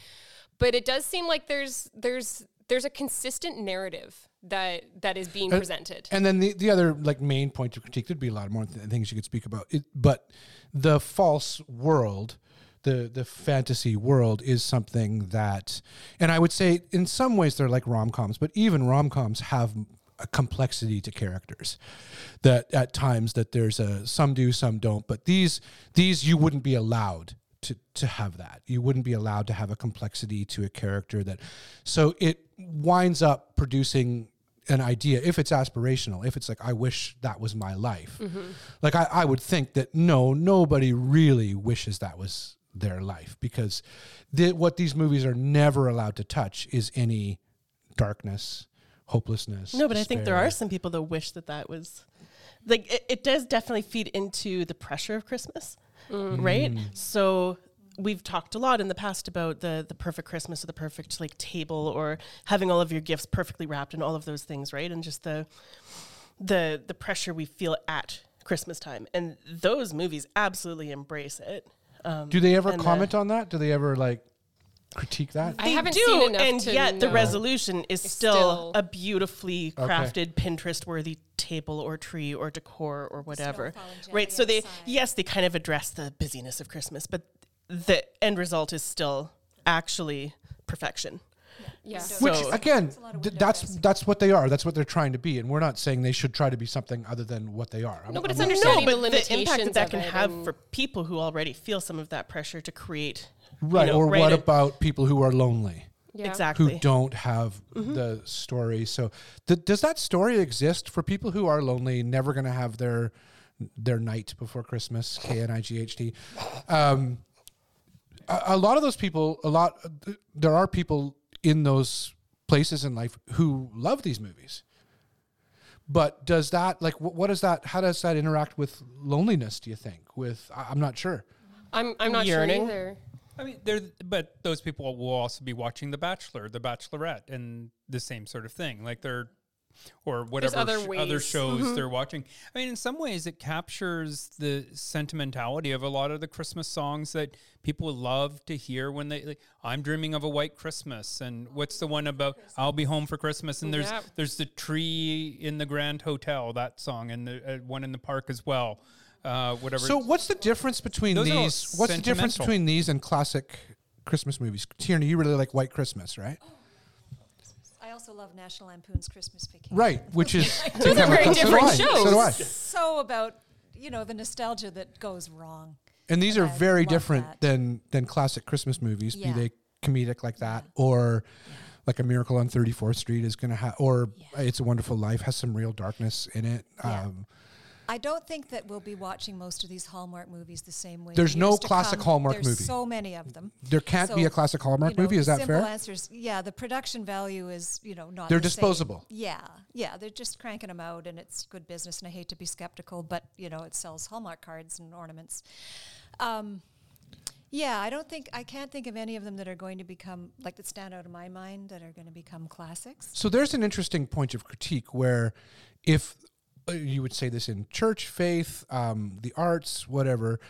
Speaker 3: but it does seem like there's there's there's a consistent narrative that that is being presented
Speaker 1: Uh, And then the, the other like main point of critique, there'd be a lot more th- things you could speak about. It, but the false world, the the fantasy world, is something that, and I would say in some ways they're like rom coms, but even rom coms have a complexity to characters that at times that there's a some do some don't but these these you wouldn't be allowed to to have that. You wouldn't be allowed to have a complexity to a character that so it winds up producing an idea if it's aspirational if it's like i wish that was
Speaker 4: Mm-hmm.
Speaker 1: my life like I, I would think that no nobody really wishes that was their life because the, what these movies are never allowed to touch is any darkness, hopelessness.
Speaker 4: No, but I think there
Speaker 1: despair.
Speaker 4: are some people that wish that that was like it, it does definitely feed into the pressure of Christmas, right? So we've talked a lot in the past about the the perfect Christmas or the perfect like table or having all of your gifts perfectly wrapped and all of those things, right? And just the the the pressure we feel at Christmas time, and those movies absolutely embrace it. Um,
Speaker 1: Do they ever
Speaker 4: and the-
Speaker 1: comment on that? Do they ever like critique that?
Speaker 3: I haven't
Speaker 4: do,
Speaker 3: seen enough
Speaker 4: and
Speaker 3: to
Speaker 4: yet the
Speaker 3: know.
Speaker 4: resolution is still,
Speaker 3: still-
Speaker 4: a beautifully
Speaker 1: Okay.
Speaker 4: crafted Pinterest-worthy table or tree or decor or whatever,
Speaker 8: Snowfall and
Speaker 4: right? So they
Speaker 8: jelly outside.
Speaker 4: yes, they kind of address the busyness of Christmas, but the end result is still actually perfection.
Speaker 3: Yeah.
Speaker 1: Which
Speaker 4: So-
Speaker 1: again,
Speaker 8: a lot of
Speaker 1: th-
Speaker 8: window
Speaker 1: that's
Speaker 8: dressing.
Speaker 1: that's what they are. That's what they're trying to be, and we're not saying they should try to be something other than what they are. I'm-
Speaker 3: No,
Speaker 1: I'm
Speaker 3: but it's
Speaker 1: not-
Speaker 3: under-
Speaker 4: No,
Speaker 3: Understanding the
Speaker 4: but the impact
Speaker 3: limitations
Speaker 4: that that
Speaker 3: of
Speaker 4: can
Speaker 3: it
Speaker 4: have
Speaker 3: and-
Speaker 4: for people who already feel some of that pressure to create, you
Speaker 1: right.
Speaker 4: know,
Speaker 1: or what
Speaker 4: a-
Speaker 1: about people who are lonely?
Speaker 3: Yeah.
Speaker 4: exactly?
Speaker 1: who don't have the story. So, th- does that story exist for people who are lonely, never going to have their their night before Christmas? K N I G H T. Um, a, a lot of those people, a lot there are people in those places in life who love these movies. But does that like wh- what does that? How does that interact with loneliness? Do you think? With I- I'm not sure.
Speaker 3: I'm, I'm not sure
Speaker 4: Yearning.
Speaker 3: either.
Speaker 9: I mean, there. But those people will also be watching The Bachelor, The Bachelorette, and the same sort of thing. Like they're, or whatever
Speaker 3: other
Speaker 9: sh- other
Speaker 3: ways. Mm-hmm.
Speaker 9: shows they're watching. I mean, in some ways, it captures the sentimentality of a lot of the Christmas songs that people love to hear when they. Like, I'm dreaming of a white Christmas, and what's the one about? I'll be home for Christmas, and there's
Speaker 3: Yeah.
Speaker 9: there's the tree in the Grand Hotel that song, and the uh, one in the park as well. Uh, whatever.
Speaker 1: So what's the difference between
Speaker 9: Those are all
Speaker 1: these? What's the difference
Speaker 9: sentimental.
Speaker 1: between these and classic Christmas movies? Tierney, you really like White Christmas, right?
Speaker 8: I also love National Lampoon's Christmas Vacation.
Speaker 1: Right, which is
Speaker 3: Those are very
Speaker 1: So do
Speaker 3: different
Speaker 1: I.
Speaker 3: shows.
Speaker 1: So do I.
Speaker 8: So about you know the nostalgia that goes wrong.
Speaker 1: And these are
Speaker 8: I
Speaker 1: very
Speaker 8: love
Speaker 1: different
Speaker 8: that.
Speaker 1: than than classic Christmas movies,
Speaker 8: Yeah.
Speaker 1: be they comedic like that or like a Miracle on 34th Street is going to have or It's a Wonderful Life has some real darkness in it.
Speaker 8: Yeah.
Speaker 1: Um,
Speaker 8: I don't think that we'll be watching most of these Hallmark movies the same way. in
Speaker 1: There's no
Speaker 8: years to
Speaker 1: classic
Speaker 8: come.
Speaker 1: Hallmark
Speaker 8: There's
Speaker 1: movie.
Speaker 8: so many of them.
Speaker 1: there can't be
Speaker 8: So,
Speaker 1: a classic Hallmark
Speaker 8: you know,
Speaker 1: movie, is that
Speaker 8: simple
Speaker 1: fair?
Speaker 8: answers. Yeah, the production value is you know not.
Speaker 1: They're
Speaker 8: the same.
Speaker 1: disposable.
Speaker 8: Yeah, yeah, they're just cranking them out, and it's good business. And I hate to be skeptical, but you know it sells Hallmark cards and ornaments. Um, yeah, I don't think I can't think of any of them that are going to become like that stand out in my mind that are going to become classics.
Speaker 1: So there's an interesting point of critique where, if uh, you would say this in church, faith, um, the arts, whatever,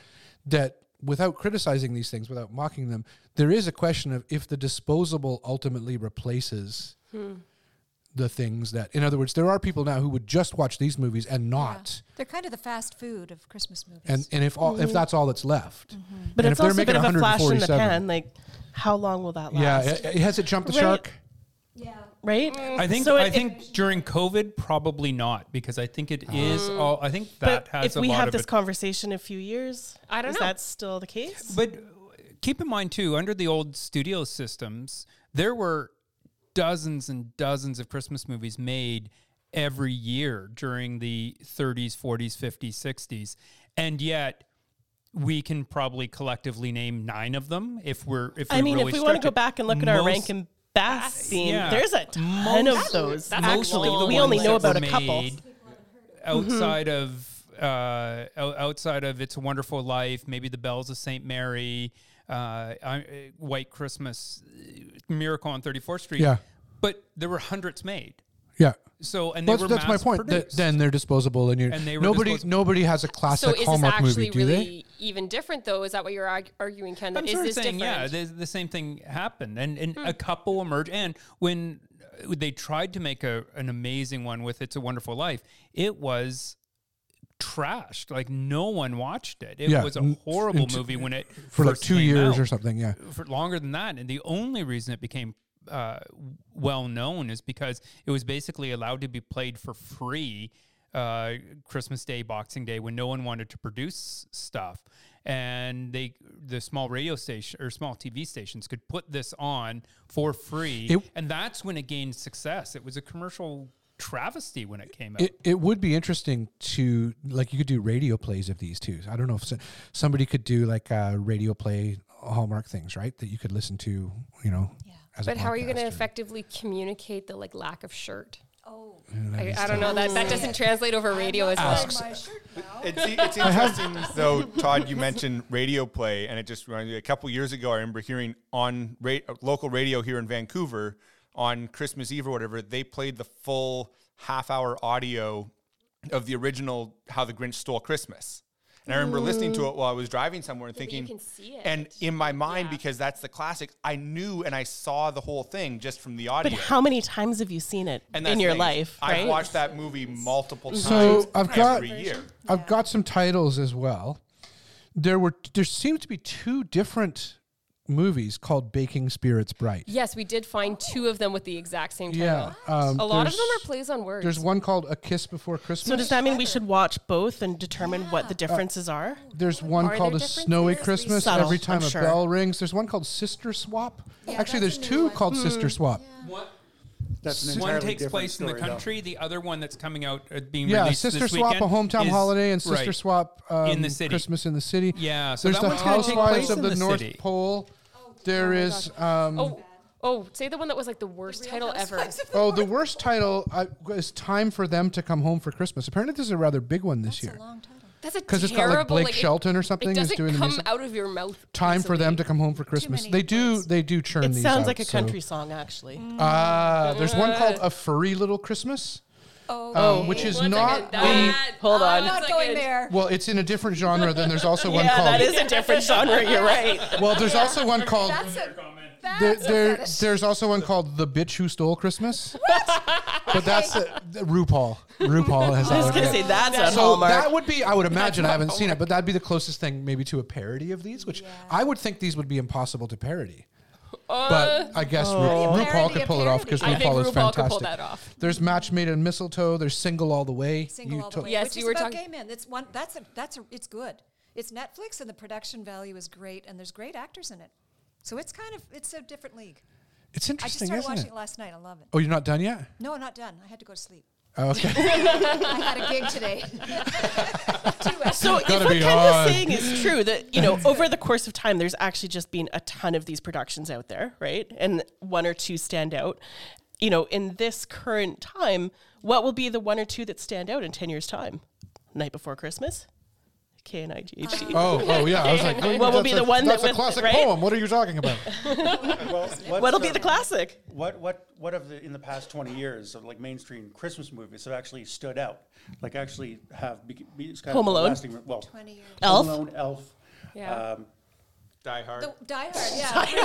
Speaker 1: that without criticizing these things, without mocking them, there is a question of if the disposable ultimately replaces the things that, in other words, there are people now who would just watch these movies and not.
Speaker 8: They're kind of the fast food of Christmas movies.
Speaker 1: And, and if all if that's all that's left,
Speaker 4: but
Speaker 1: and
Speaker 4: it's
Speaker 1: if they're
Speaker 4: also a bit
Speaker 1: making
Speaker 4: of a flash in the
Speaker 1: 147
Speaker 4: pan. Like, how long will that
Speaker 1: yeah,
Speaker 4: last?
Speaker 1: it- it- has it jumped the
Speaker 4: Right.
Speaker 1: shark?
Speaker 8: yeah,
Speaker 4: right?
Speaker 3: Mm.
Speaker 9: I think
Speaker 4: So it-
Speaker 9: I
Speaker 4: it-
Speaker 9: think during COVID probably not because I think it is all I think that
Speaker 4: Ah. But
Speaker 9: has
Speaker 4: if
Speaker 9: a
Speaker 4: we
Speaker 9: lot
Speaker 4: have
Speaker 9: of
Speaker 4: this
Speaker 9: it.
Speaker 4: conversation in a few years,
Speaker 3: I don't
Speaker 4: is
Speaker 3: know.
Speaker 4: that still the case?
Speaker 9: but keep in mind too under the old studio systems there were dozens and dozens of Christmas movies made every year during the 30s, 40s, 50s, 60s and yet we can probably collectively name 9 of them if we're if we
Speaker 4: I mean,
Speaker 9: really
Speaker 4: if we want to
Speaker 9: stretch
Speaker 4: go
Speaker 9: it.
Speaker 4: back and look at our
Speaker 9: Most-
Speaker 4: rank and Bass theme,
Speaker 9: yeah.
Speaker 4: there's a ton of those.
Speaker 3: that's
Speaker 9: most
Speaker 4: actually,
Speaker 9: of the
Speaker 4: we only
Speaker 9: ones
Speaker 4: know
Speaker 9: that
Speaker 4: about
Speaker 9: were
Speaker 4: a couple.
Speaker 9: made outside of uh, ou- outside of It's a Wonderful Life, maybe The Bells of St. Mary, uh, I- uh, White Christmas, uh, Miracle on 34th Street.
Speaker 1: Yeah.
Speaker 9: But there were hundreds made.
Speaker 1: Yeah.
Speaker 9: So and they
Speaker 1: That's,
Speaker 9: were
Speaker 1: that's my point. Th-
Speaker 9: mass-produced.
Speaker 1: then they're disposable, and you
Speaker 9: And they were
Speaker 1: nobody
Speaker 9: disposable.
Speaker 1: nobody has a
Speaker 3: So
Speaker 1: classic
Speaker 3: is this
Speaker 1: Hallmark
Speaker 3: actually
Speaker 1: movie, do they?
Speaker 3: really even different though? Is that what you're arg- arguing, Ken? That
Speaker 9: I'm
Speaker 3: is
Speaker 9: sort of
Speaker 3: this
Speaker 9: saying,
Speaker 3: different? Hmm.
Speaker 9: yeah, the, the same thing happened, and and a couple emerged. And when uh, they tried to make a an amazing one with "It's a Wonderful Life," it was trashed. Like no one watched it. It
Speaker 1: Yeah,
Speaker 9: was a
Speaker 1: n-
Speaker 9: horrible
Speaker 1: in t-
Speaker 9: movie when it
Speaker 1: For like
Speaker 9: first
Speaker 1: two
Speaker 9: came
Speaker 1: years
Speaker 9: out.
Speaker 1: or something, yeah.
Speaker 9: for longer than that. And the only reason it became uh, well known is because it was basically allowed to be played for free uh, Christmas Day, Boxing Day, when no one wanted to produce stuff. And they, the small radio station or small TV stations, could put this on for free,
Speaker 1: It-
Speaker 9: and that's when it gained success. It was a commercial travesty when it came out.
Speaker 1: It, it would be interesting to like you could do uh, radio plays of these two. I don't know if so- somebody could do like a radio play Hallmark things, right? That you could listen to, you know.
Speaker 8: Yeah.
Speaker 1: As a
Speaker 3: But how are you going
Speaker 1: podcast
Speaker 3: to
Speaker 1: or-
Speaker 3: effectively communicate the like lack of shirt?
Speaker 8: Oh,
Speaker 3: I, I don't know that that doesn't translate over radio as well.
Speaker 1: Asks.
Speaker 8: my shirt now.
Speaker 10: It's, e- it's interesting, though, Todd, you mentioned radio play, and it just reminded me a couple years ago, I remember hearing on ra- local radio here in Vancouver on Christmas Eve or whatever, they played the full half hour audio of the original How the Grinch Stole Christmas. And I remember listening to it while I was driving somewhere and
Speaker 3: but you
Speaker 10: thinking,
Speaker 3: can see
Speaker 10: and
Speaker 3: it.
Speaker 10: in my mind,
Speaker 3: Yeah.
Speaker 10: because that's the classic, I knew and I saw the whole thing just from the audio.
Speaker 4: But how many times have you seen it
Speaker 10: and that's
Speaker 4: in
Speaker 10: the
Speaker 4: your
Speaker 10: thing,
Speaker 4: life?
Speaker 10: I've
Speaker 4: right?
Speaker 10: watched that movie multiple times
Speaker 1: So I've got-
Speaker 10: every year.
Speaker 1: I've got some titles as well. There were there seemed to be two different movies called Baking Spirits Bright.
Speaker 3: Yes, we did find two of them with the exact same title.
Speaker 1: Yeah, um,
Speaker 3: a lot of
Speaker 1: there's-
Speaker 3: them are plays on words.
Speaker 1: There's one called A Kiss Before Christmas.
Speaker 4: So does that mean we should watch both and determine what the differences are?
Speaker 1: There's one
Speaker 3: there
Speaker 1: called A
Speaker 3: differences?
Speaker 1: Snowy Christmas.
Speaker 4: Subtle,
Speaker 1: Every time
Speaker 4: I'm
Speaker 1: a
Speaker 4: sure.
Speaker 1: bell rings. There's one called Sister Swap. Actually, there's
Speaker 2: that's a new
Speaker 1: two
Speaker 2: one.
Speaker 1: called
Speaker 9: Hmm.
Speaker 1: Sister Swap.
Speaker 9: What?
Speaker 5: That's an
Speaker 9: One
Speaker 5: entirely
Speaker 9: takes
Speaker 5: different
Speaker 9: place in the
Speaker 5: story, though.
Speaker 9: country. The other one that's coming out uh, being
Speaker 1: Yeah,
Speaker 9: released
Speaker 1: Sister
Speaker 9: this
Speaker 1: Swap, a
Speaker 9: weekend
Speaker 1: hometown
Speaker 9: is-
Speaker 1: holiday, and Sister
Speaker 9: right.
Speaker 1: Swap um,
Speaker 9: In the city.
Speaker 1: Christmas in the city.
Speaker 9: Yeah, so
Speaker 1: there's
Speaker 9: that
Speaker 1: the
Speaker 9: one's gonna take
Speaker 1: Housewives
Speaker 9: place
Speaker 1: of
Speaker 9: in
Speaker 1: the,
Speaker 9: the
Speaker 1: North
Speaker 9: city.
Speaker 1: Pole. There is um,
Speaker 3: oh, oh, say the one that was like the worst title ever.
Speaker 1: Oh, the worst title uh, is "Time for Them to Come Home for Christmas." Apparently, this is a rather big one this
Speaker 8: It's a
Speaker 1: year.
Speaker 8: long title.
Speaker 3: That's a
Speaker 1: 'Cause
Speaker 3: terrible.
Speaker 1: it's got, like, Blake
Speaker 3: it-
Speaker 1: Shelton or something
Speaker 3: It
Speaker 1: is
Speaker 3: doesn't
Speaker 1: doing the
Speaker 3: come
Speaker 1: music.
Speaker 3: out of your mouth.
Speaker 1: Time for them to
Speaker 3: easily.
Speaker 1: come home for Christmas.
Speaker 8: many
Speaker 1: They do.
Speaker 8: words.
Speaker 1: They do churn
Speaker 4: It
Speaker 1: these.
Speaker 4: sounds
Speaker 1: out,
Speaker 4: like a
Speaker 1: so-
Speaker 4: country song, actually.
Speaker 1: Ah, there's one called "A Furry Little Christmas,"
Speaker 8: Oh,
Speaker 1: um, which is
Speaker 3: One
Speaker 1: not.
Speaker 3: second, that-
Speaker 4: hold
Speaker 3: one
Speaker 4: on.
Speaker 8: I'm not
Speaker 3: second.
Speaker 8: going there.
Speaker 1: Well, it's in a different genre. Then there's also one
Speaker 4: <laughs> yeah,
Speaker 1: called.
Speaker 4: that is a different genre. You're right.
Speaker 1: Well, there's also one called.
Speaker 8: That's it.
Speaker 1: There,
Speaker 8: That's a
Speaker 1: there-
Speaker 8: fetish.
Speaker 1: there's also one called "The Bitch Who Stole
Speaker 8: <laughs>
Speaker 1: Christmas," but that's uh, RuPaul. RuPaul has.
Speaker 4: I
Speaker 1: that
Speaker 4: was
Speaker 1: one.
Speaker 4: gonna say that's on
Speaker 1: so
Speaker 4: Hallmark.
Speaker 1: that would be i would imagine i haven't seen it but that'd be the closest thing maybe to a parody of these which i would think these would be impossible to parody
Speaker 4: Uh,
Speaker 1: but I guess Ru-
Speaker 4: Oh.
Speaker 1: RuPaul
Speaker 8: Parody
Speaker 1: could
Speaker 8: a
Speaker 1: pull it off because
Speaker 3: I think
Speaker 1: RuPaul is
Speaker 3: RuPaul could pull
Speaker 1: fantastic.
Speaker 3: that off.
Speaker 1: There's Match Made in Mistletoe. There's Single All the Way.
Speaker 8: Single
Speaker 1: You
Speaker 8: all the
Speaker 1: took-
Speaker 8: way.
Speaker 3: Yes,
Speaker 8: which
Speaker 3: you
Speaker 8: is
Speaker 3: were
Speaker 8: about
Speaker 3: talking-
Speaker 8: gay men. That's one. That's a. That's a. It's good. It's Netflix, and the production value is great, and there's great actors in it. So it's kind of it's a different league.
Speaker 1: It's
Speaker 8: I just
Speaker 1: interesting,
Speaker 8: started
Speaker 1: isn't
Speaker 8: watching
Speaker 1: it?
Speaker 8: it last night. I love it.
Speaker 1: Oh, you're not done yet?
Speaker 8: No, I'm not done. I had to go
Speaker 3: <laughs>
Speaker 8: to sleep.
Speaker 1: Oh,
Speaker 8: <laughs>
Speaker 1: okay.
Speaker 8: I had a gig today.
Speaker 4: So if what
Speaker 1: Gotta be
Speaker 4: Ken
Speaker 1: hard.
Speaker 4: was saying is true, that you
Speaker 1: <laughs>
Speaker 4: know, over the course of time, there's actually just been a ton of these productions out there, right? And one or two stand out. You know, in this current time, what will be the one or two that stand out in ten years' time? Night before Christmas, K N I G H E. T.
Speaker 1: oh, oh yeah. I was like,
Speaker 4: What will
Speaker 1: that's
Speaker 4: be
Speaker 1: a-
Speaker 4: the one
Speaker 1: That's
Speaker 4: that
Speaker 1: a
Speaker 4: went-
Speaker 1: classic
Speaker 4: right?
Speaker 1: poem. What are you talking about?
Speaker 5: Well,
Speaker 1: Ah.
Speaker 5: what's
Speaker 4: <laughs> What'll be the classic?
Speaker 5: What what what of the in the past twenty years of like mainstream Christmas movies have actually stood out? Like actually have be, be, it's kind
Speaker 4: Home
Speaker 5: of
Speaker 4: Alone?
Speaker 5: Lasting, well,
Speaker 8: Twenty years.
Speaker 4: Elf?
Speaker 5: Home Alone, Elf.
Speaker 3: Yeah.
Speaker 5: Um,
Speaker 10: Die Hard.
Speaker 8: <laughs> The Die Hard.
Speaker 3: <laughs>
Speaker 8: Yeah.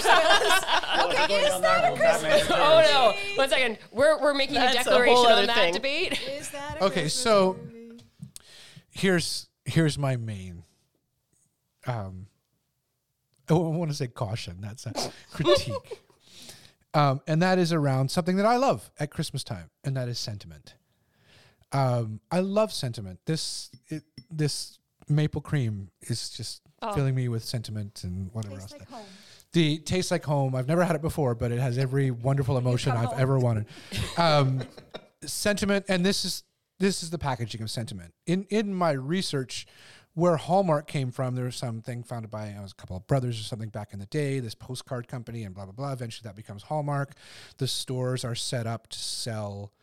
Speaker 8: okay, is that a Christmas?
Speaker 3: Oh no! One second. We're we're making
Speaker 4: That's
Speaker 3: a
Speaker 4: a
Speaker 3: declaration
Speaker 4: whole
Speaker 3: on
Speaker 4: other
Speaker 3: that
Speaker 4: thing.
Speaker 3: debate.
Speaker 4: <laughs>
Speaker 8: Is that a
Speaker 1: Okay,
Speaker 8: Christmas
Speaker 1: so
Speaker 8: movie?
Speaker 1: here's here's my main um oh, I want to say caution. That's a
Speaker 4: <laughs>
Speaker 1: critique. um, and that is around something that I love at Christmas time, and that is sentiment. Um, I love sentiment. This it, this maple cream is just filling me with sentiment and whatever
Speaker 8: Oh. Tastes
Speaker 1: else.
Speaker 8: like home.
Speaker 1: The tastes like home. I've never had it before, but it has every wonderful emotion
Speaker 8: come
Speaker 1: I've
Speaker 8: home.
Speaker 1: ever wanted. Um, sentiment, and this is this is the packaging of sentiment. In in my research, where Hallmark came from, there was something founded by uh, a couple of brothers or something back in the day. This postcard company and blah blah blah. Eventually, that becomes Hallmark. The stores are set up to sell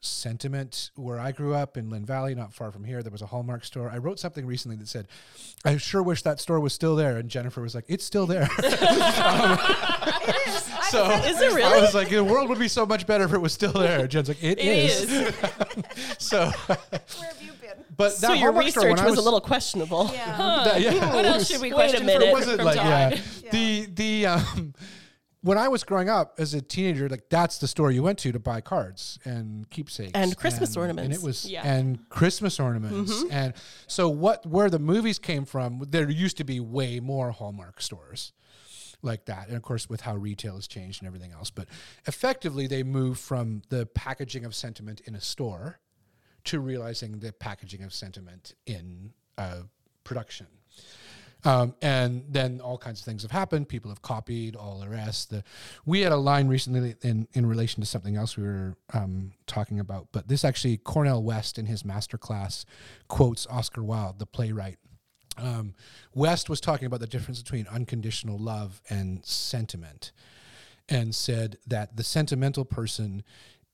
Speaker 1: sentiment where I grew up in Lynn Valley, not far from here. There was a Hallmark store. I wrote something recently that said, I sure wish that store was still there. And Jennifer was like, It's still there. <laughs>
Speaker 8: It is. I
Speaker 1: so
Speaker 4: Is it
Speaker 1: I
Speaker 4: really?
Speaker 1: was like, The world would be so much better if it was still there. Jen's like, it is. <laughs> So,
Speaker 8: where have you been?
Speaker 1: but that
Speaker 4: So your
Speaker 1: Hallmark store,
Speaker 4: research
Speaker 1: when I
Speaker 4: was, a little questionable.
Speaker 8: <laughs> Yeah.
Speaker 1: that- yeah.
Speaker 3: What else should we
Speaker 4: Wait a
Speaker 3: question
Speaker 4: minute.
Speaker 3: from,
Speaker 1: It wasn't <laughs>
Speaker 3: from
Speaker 1: like
Speaker 3: Todd?
Speaker 1: yeah. The the um when I was growing up as a teenager, like that's the store you went to to buy cards and keepsakes
Speaker 4: And Christmas
Speaker 1: and
Speaker 4: ornaments. Mm-hmm.
Speaker 1: it was
Speaker 3: Yeah.
Speaker 1: and Christmas ornaments, and so what where the movies came from. There used to be way more Hallmark stores like that, and of course with how retail has changed and everything else. But effectively, they moved from the packaging of sentiment in a store to realizing the packaging of sentiment in uh, production. Um, and then all kinds of things have happened. People have copied all the rest. The, we had a line recently in, in relation to something else we were um, talking about, but this actually Cornell West in his master class quotes Oscar Wilde, the playwright, Um, West was talking about the difference between unconditional love and sentiment, and said that the sentimental person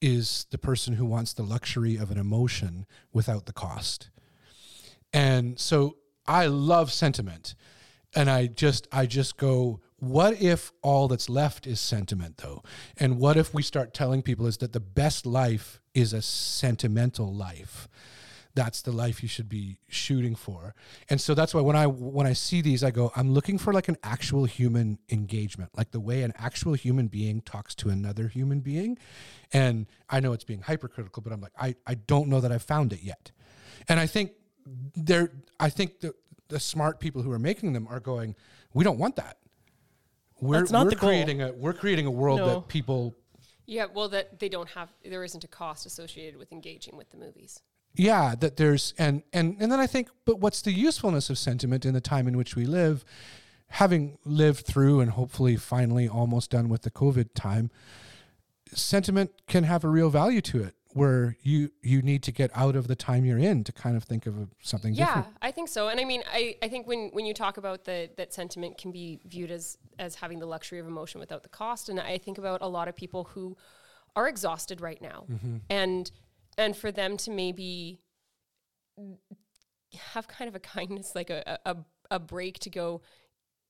Speaker 1: is the person who wants the luxury of an emotion without the cost. And so I love sentiment. And I just I just go, what if all that's left is sentiment though? And what if we start telling people is that the best life is a sentimental life? That's the life you should be shooting for. And so that's why when I when I see these I go, I'm looking for like an actual human engagement, like the way an actual human being talks to another human being. And I know it's being hypercritical, but I'm like I I don't know that I've found it yet. And I think they're I think the the smart people who are making them are going, we don't want that. We're,
Speaker 4: That's not
Speaker 1: we're
Speaker 4: the goal.
Speaker 1: creating a we're creating a world
Speaker 4: No.
Speaker 1: that people
Speaker 3: Yeah, well, that they don't have. There isn't a cost associated with engaging with the movies.
Speaker 1: yeah that there's and and and then I think but what's the usefulness of sentiment in the time in which we live having lived through and hopefully finally almost done with the covid time sentiment can have a real value to it where you you need to get out of the time you're in to kind of think of a, something
Speaker 3: Yeah,
Speaker 1: different
Speaker 3: I think so. And I mean, I, I think when, when you talk about the, that sentiment can be viewed as, as having the luxury of emotion without the cost. And I think about a lot of people who are exhausted right now
Speaker 1: Mm-hmm.
Speaker 3: and, and for them to maybe have kind of a kindness, like a, a, a- a break to go,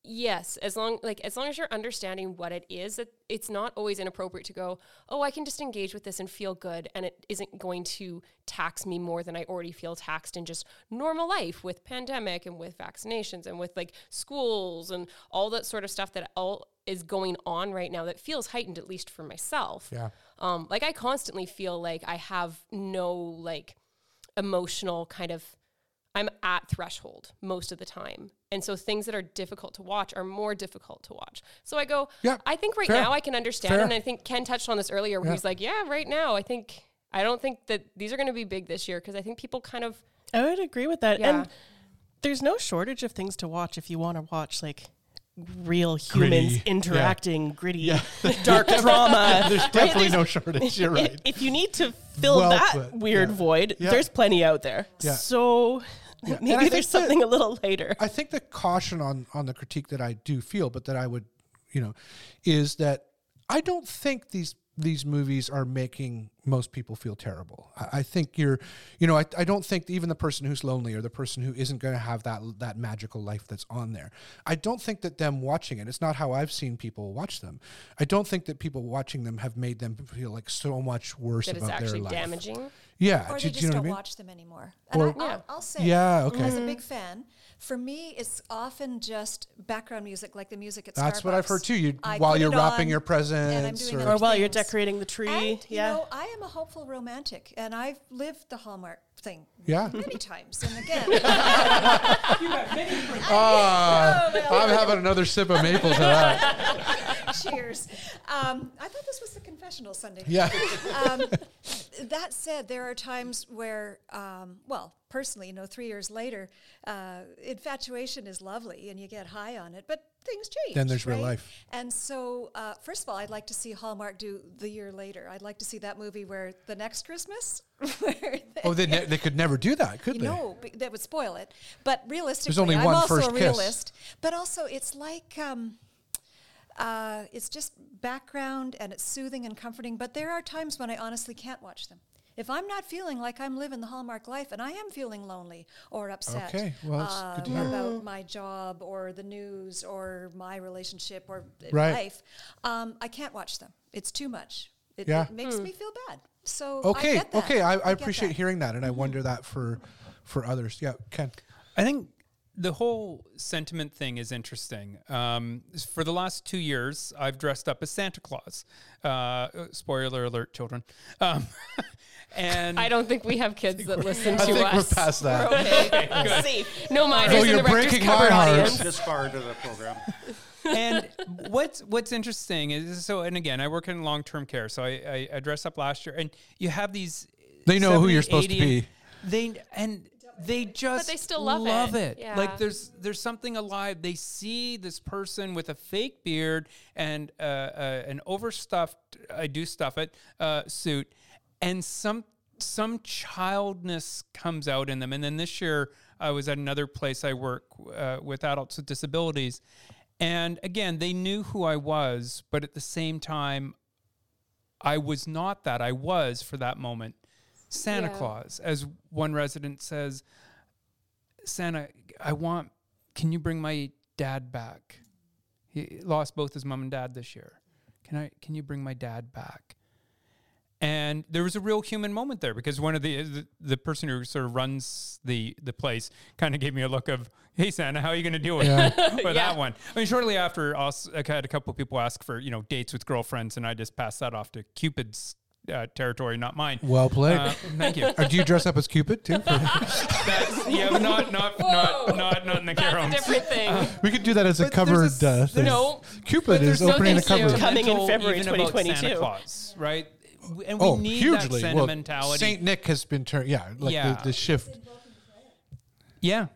Speaker 3: yes, as long, like, as long as you're understanding what it is, that it's not always inappropriate to go, oh, I can just engage with this and feel good. And it isn't going to tax me more than I already feel taxed in just normal life with pandemic and with vaccinations and with like schools and all that sort of stuff that all is going on right now that feels heightened, at least for myself.
Speaker 1: Yeah.
Speaker 3: Um, like I constantly feel like I have no like emotional kind of I'm at threshold most of the time. And so things that are difficult to watch are more difficult to watch. So I go,
Speaker 1: Yeah,
Speaker 3: I think right
Speaker 1: fair,
Speaker 3: now I can understand.
Speaker 1: fair.
Speaker 3: And I think Ken touched on this earlier where
Speaker 1: Yeah.
Speaker 3: he was like, yeah, right now I think, I don't think that these are going to be big this year because I think people kind of,
Speaker 4: I would agree with that.
Speaker 3: Yeah.
Speaker 4: And there's no shortage of things to watch if you want to watch like real humans
Speaker 1: Gritty.
Speaker 4: interacting, gritty, <laughs>
Speaker 1: <laughs>
Speaker 4: dark drama.
Speaker 1: there's definitely no shortage you're
Speaker 4: I-
Speaker 1: right
Speaker 4: If you need to fill
Speaker 1: Well
Speaker 4: that
Speaker 1: put,
Speaker 4: weird
Speaker 1: yeah.
Speaker 4: void,
Speaker 1: Yeah.
Speaker 4: there's plenty out there.
Speaker 1: Yeah.
Speaker 4: So
Speaker 1: And I
Speaker 4: maybe
Speaker 1: think
Speaker 4: there's
Speaker 1: that-
Speaker 4: something a little later.
Speaker 1: I think the caution on on the critique that I do feel, but that I would, you know, is that I don't think these these movies are making most people feel terrible. I, I think you're, you know, I, I don't think even the person who's lonely or the person who isn't going to have that that magical life that's on there. I don't think that them watching it. It's not how I've seen people watch them. I don't think that people watching them have made them feel like so much worse
Speaker 3: that it's
Speaker 1: about their
Speaker 3: actually
Speaker 1: life.
Speaker 3: damaging.
Speaker 1: Yeah,
Speaker 8: or
Speaker 1: do-
Speaker 8: they
Speaker 1: do
Speaker 8: just
Speaker 1: you know what I
Speaker 3: <laughs>
Speaker 8: don't
Speaker 1: mean?
Speaker 8: watch them anymore. And
Speaker 1: Or-
Speaker 8: I,
Speaker 3: Yeah.
Speaker 8: I'll, I'll say,
Speaker 1: Yeah, okay.
Speaker 8: as a big fan, for me, it's often just background music, like the music at
Speaker 1: That's what I've heard
Speaker 8: Starbucks.
Speaker 1: too. You
Speaker 8: I
Speaker 1: while
Speaker 8: put
Speaker 1: you're
Speaker 8: it
Speaker 1: wrapping
Speaker 8: on,
Speaker 1: your
Speaker 8: and I'm
Speaker 1: presents
Speaker 8: doing
Speaker 1: or-
Speaker 8: other
Speaker 4: Or while you're
Speaker 8: things.
Speaker 4: decorating the tree.
Speaker 8: And,
Speaker 4: yeah.
Speaker 8: you know, I am a hopeful romantic, and I've lived the Hallmark thing
Speaker 1: Yeah. <laughs>
Speaker 8: many times. And again, <laughs>
Speaker 3: Oh,
Speaker 1: Ah, <laughs> I'm having another sip of maple to
Speaker 3: <laughs>
Speaker 1: that.
Speaker 8: cheers. Um, I thought this was the confessional Sunday.
Speaker 1: Yeah.
Speaker 8: um, that said, there are times where, um, well, personally, you know, three years later, uh, infatuation is lovely and you get high on it, but things change.
Speaker 1: Then there's real
Speaker 8: right?
Speaker 1: life.
Speaker 8: And so, uh, first of all, I'd like to see Hallmark do the year later. I'd like to see that movie where the next Christmas, <laughs> where they,
Speaker 1: Oh, they, ne- they could never do that, could
Speaker 8: you
Speaker 1: they?
Speaker 8: know, be- that would spoil it. But realistically,
Speaker 1: only
Speaker 8: I'm
Speaker 1: one
Speaker 8: also
Speaker 1: first
Speaker 8: a
Speaker 1: kiss.
Speaker 8: realist. But also, it's like um, uh, it's just background and it's soothing and comforting. But there are times when I honestly can't watch them. If I'm not feeling like I'm living the Hallmark life and I am feeling lonely or upset
Speaker 1: Okay, well, that's good to
Speaker 8: uh,
Speaker 1: hear.
Speaker 8: about my job or the news or my relationship or uh,
Speaker 1: Right.
Speaker 8: life, um, I can't watch them. It's too much. It,
Speaker 1: Yeah.
Speaker 8: it makes me feel bad. So I
Speaker 1: Okay,
Speaker 8: get that.
Speaker 1: okay. I, I
Speaker 8: get
Speaker 1: appreciate
Speaker 8: that.
Speaker 1: hearing that, and I wonder that for for others. Yeah, Ken.
Speaker 9: <laughs> I think the whole sentiment thing is interesting. Um, s- for the last two years, I've dressed up as Santa Claus. Uh, Uh, spoiler alert, children. Um, <laughs> and
Speaker 3: I don't think we have kids that listen
Speaker 1: I
Speaker 3: to
Speaker 1: think
Speaker 3: us.
Speaker 1: we're
Speaker 3: <laughs>
Speaker 1: past that.
Speaker 3: No minors
Speaker 1: Oh,
Speaker 3: in
Speaker 1: you're
Speaker 3: the Rector's
Speaker 1: breaking my
Speaker 3: Cupboard
Speaker 1: heart.
Speaker 3: audience.
Speaker 5: This
Speaker 1: <laughs>
Speaker 5: far into the program.
Speaker 9: and what's what's interesting is so and again i work in long-term care so i i, I dress up last year and you have these
Speaker 1: They know who you're
Speaker 9: 70,
Speaker 1: supposed to
Speaker 9: 80
Speaker 1: be.
Speaker 9: they and they just
Speaker 3: they still love it. Yeah.
Speaker 9: like there's there's something alive they see this person with a fake beard and uh, uh, an overstuffed i do stuff it uh, suit and some some childness comes out in them. And then this year, I was at another place I work uh, with adults with disabilities. And again, they knew who I was, but at the same time, I was not that. I was, for that moment, Santa
Speaker 3: Yeah.
Speaker 9: Claus. As one resident says, Santa, I want, can you bring my dad back? He lost both his mom and dad this year. Can I, can you bring my dad back? and there was a real human moment there because one of the the, the person who sort of runs the the place kind of gave me a look of hey santa how are you going to deal with, <laughs> with that one i mean shortly after also, i had a couple of people ask for you know dates with girlfriends and i just passed that off to cupid's uh, territory not mine
Speaker 1: Well played.
Speaker 9: Uh, thank
Speaker 1: <laughs>
Speaker 9: you
Speaker 1: Or do you dress up as Cupid too?
Speaker 9: That's- yeah but not not not not not in the care homes
Speaker 3: Different thing.
Speaker 1: we could do that as a
Speaker 9: But there's
Speaker 1: covered
Speaker 9: a
Speaker 1: uh,
Speaker 9: s-
Speaker 1: thing.
Speaker 3: no.
Speaker 1: Cupid is opening a
Speaker 3: thank you.
Speaker 1: cupboard.
Speaker 4: Coming in
Speaker 9: sentimental
Speaker 4: February
Speaker 9: even about Santa
Speaker 4: 2022.
Speaker 9: Claus, right and we
Speaker 1: oh,
Speaker 9: need
Speaker 1: hugely.
Speaker 9: that
Speaker 1: Well,
Speaker 9: sentimentality
Speaker 1: Saint Nick has been turned. Yeah, like
Speaker 9: Yeah.
Speaker 1: The, the shift.
Speaker 9: yeah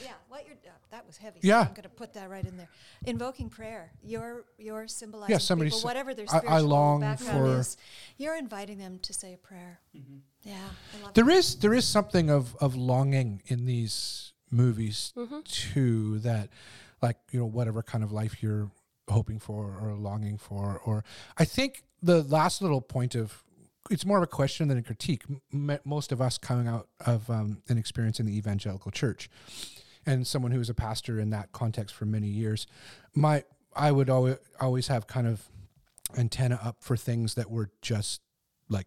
Speaker 8: Yeah, what you're, uh, that was heavy.
Speaker 1: Yeah.
Speaker 8: So I'm going to put that right in there. Invoking prayer. You're, you're symbolizing
Speaker 1: somebody
Speaker 8: people,
Speaker 1: s-
Speaker 8: whatever their
Speaker 1: I- I
Speaker 8: spiritual
Speaker 1: long
Speaker 8: background
Speaker 1: for-
Speaker 8: is. You're inviting them to say a prayer. Yeah, I love
Speaker 1: There is there is something of of longing in these movies too that like you know whatever kind of life you're hoping for or longing for or I think the last little point of it's more of a question than a critique M- m- most of us coming out of um, an experience in the evangelical church and someone who was a pastor in that context for many years my I would always always have kind of antenna up for things that were just like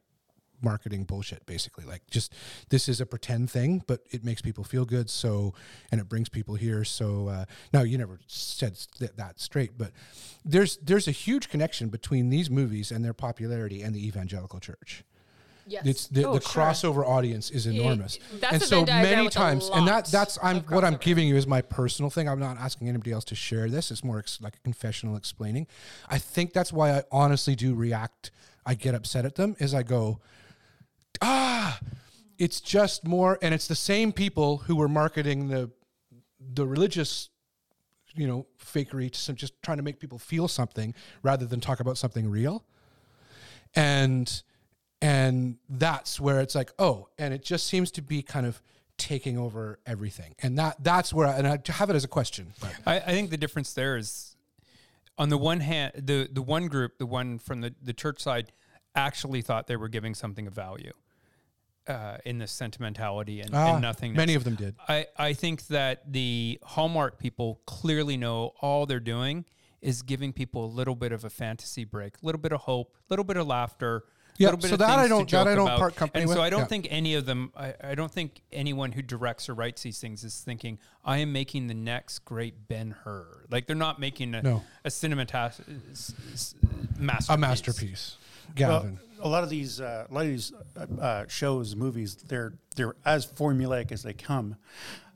Speaker 1: marketing bullshit basically like just this is a pretend thing but it makes people feel good so and it brings people here so uh, now you never said s- that, that straight but there's there's a huge connection between these movies and their popularity and the evangelical church
Speaker 3: Yes.
Speaker 1: it's the,
Speaker 4: Oh,
Speaker 1: the
Speaker 4: sure.
Speaker 1: crossover audience is enormous
Speaker 3: that's
Speaker 1: and
Speaker 3: a
Speaker 1: so
Speaker 3: Venn diagram
Speaker 1: many
Speaker 3: with a
Speaker 1: times and that
Speaker 3: lot
Speaker 1: that's i'm
Speaker 3: of
Speaker 1: what i'm
Speaker 3: crossover.
Speaker 1: giving you is my personal thing i'm not asking anybody else to share this it's more ex- like a confessional explaining i think that's why i honestly do react i get upset at them is i go ah it's just more and it's the same people who were marketing the the religious you know fakery to some, just trying to make people feel something rather than talk about something real and and that's where it's like oh and it just seems to be kind of taking over everything and that that's where I, and i have it as a question but
Speaker 9: I, I think the difference there is on the one hand the the one group the one from the, the church side actually thought they were giving something of value uh, in this sentimentality and,
Speaker 1: Ah,
Speaker 9: and nothingness
Speaker 1: many of them did
Speaker 9: I, I think that the hallmark people clearly know all they're doing is giving people a little bit of a fantasy break a little bit of hope a little bit of laughter
Speaker 1: Yeah,
Speaker 9: little bit
Speaker 1: so
Speaker 9: of
Speaker 1: that I
Speaker 9: things to
Speaker 1: don't- that I
Speaker 9: joke
Speaker 1: don't
Speaker 9: about.
Speaker 1: part company
Speaker 9: and
Speaker 1: with.
Speaker 9: so i don't
Speaker 1: Yeah.
Speaker 9: think any of them I, I don't think anyone who directs or writes these things is thinking i am making the next great ben hur like they're not making a,
Speaker 1: No.
Speaker 9: a cinematograph s- s- masterpiece.
Speaker 1: a masterpiece
Speaker 5: Well,
Speaker 1: gavin
Speaker 5: a lot of these, uh, a lot of these uh, uh, shows, movies, they're they're as formulaic as they come.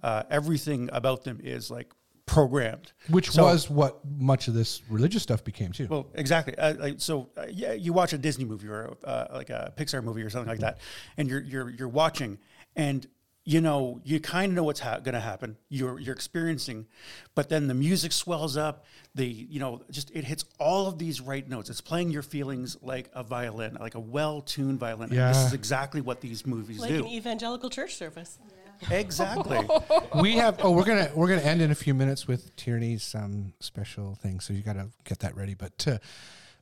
Speaker 5: Uh, everything about them is like programmed,
Speaker 1: which
Speaker 5: So-
Speaker 1: was what much of this religious stuff became too
Speaker 5: Well, exactly. Uh, like, so uh, yeah, you watch a Disney movie or uh, like a Pixar movie or something like that, and you're you're you're watching, and you know you kind of know what's ha- going to happen. You're you're experiencing, but then the music swells up. The you know just it hits all of these right notes. It's playing your feelings like a violin, like a well-tuned violin. And this
Speaker 1: Yeah.
Speaker 5: is exactly what these movies
Speaker 4: Like
Speaker 5: do.
Speaker 4: an evangelical church service. <laughs>
Speaker 5: exactly.
Speaker 1: <laughs> we have oh we're gonna we're gonna end in a few minutes with tierney's um special thing so you gotta get that ready but uh,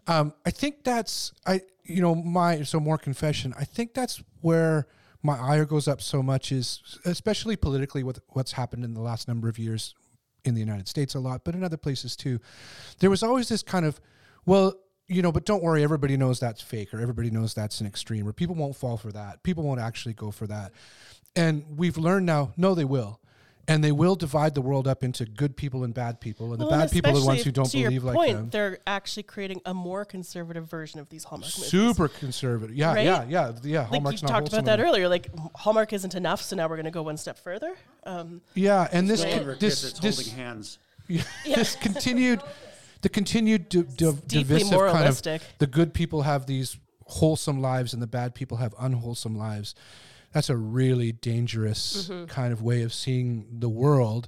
Speaker 1: um i think that's i you know my so more confession i think that's where my ire goes up so much is especially politically with what's happened in the last number of years in the united states a lot but in other places too there was always this kind of well you know, but don't worry, everybody knows that's fake or everybody knows that's an extreme or people won't fall for that. People won't actually go for that. And we've learned now, no, they will. And they will divide the world up into good people and bad people. And the
Speaker 4: Well, and
Speaker 1: bad people are the
Speaker 4: especially
Speaker 1: ones
Speaker 4: if-
Speaker 1: who don't
Speaker 4: to your
Speaker 1: believe like
Speaker 4: point,
Speaker 1: them.
Speaker 4: They're actually creating a more conservative version of these Hallmark movies.
Speaker 1: Super conservative. Yeah,
Speaker 4: Right?
Speaker 1: yeah, yeah. Yeah.
Speaker 4: Like you
Speaker 1: Hallmark's not
Speaker 4: talked
Speaker 1: wholesome
Speaker 4: about that
Speaker 1: enough.
Speaker 4: earlier. Like Hallmark isn't enough, so now we're going to go one step further. Um,
Speaker 1: Yeah. And this,
Speaker 5: Don't ever
Speaker 1: con-
Speaker 5: kiss,
Speaker 1: this,
Speaker 5: it's
Speaker 1: this, <laughs>
Speaker 5: holding hands.
Speaker 1: this continued the continued di- di-
Speaker 4: deeply
Speaker 1: divisive kind of
Speaker 4: moralistic.
Speaker 1: the good people have these wholesome lives and the bad people have unwholesome lives that's a really dangerous
Speaker 3: Mm-hmm.
Speaker 1: kind of way of seeing the world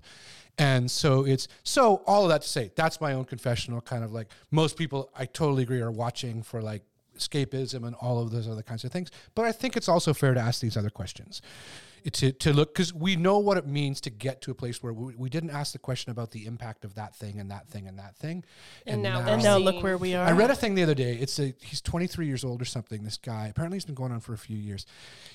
Speaker 1: and so it's so all of that to say that's my own confessional kind of like most people i totally agree are watching for like escapism and all of those other kinds of things. But I think it's also fair to ask these other questions to, to look because we know what it means to get to a place where we, we didn't ask the question about the impact of that thing and that thing and that thing.
Speaker 3: And now
Speaker 4: And now look where we are.
Speaker 1: I read a thing the other day. It's a he's 23 years old or something. This guy apparently he's been going on for a few years.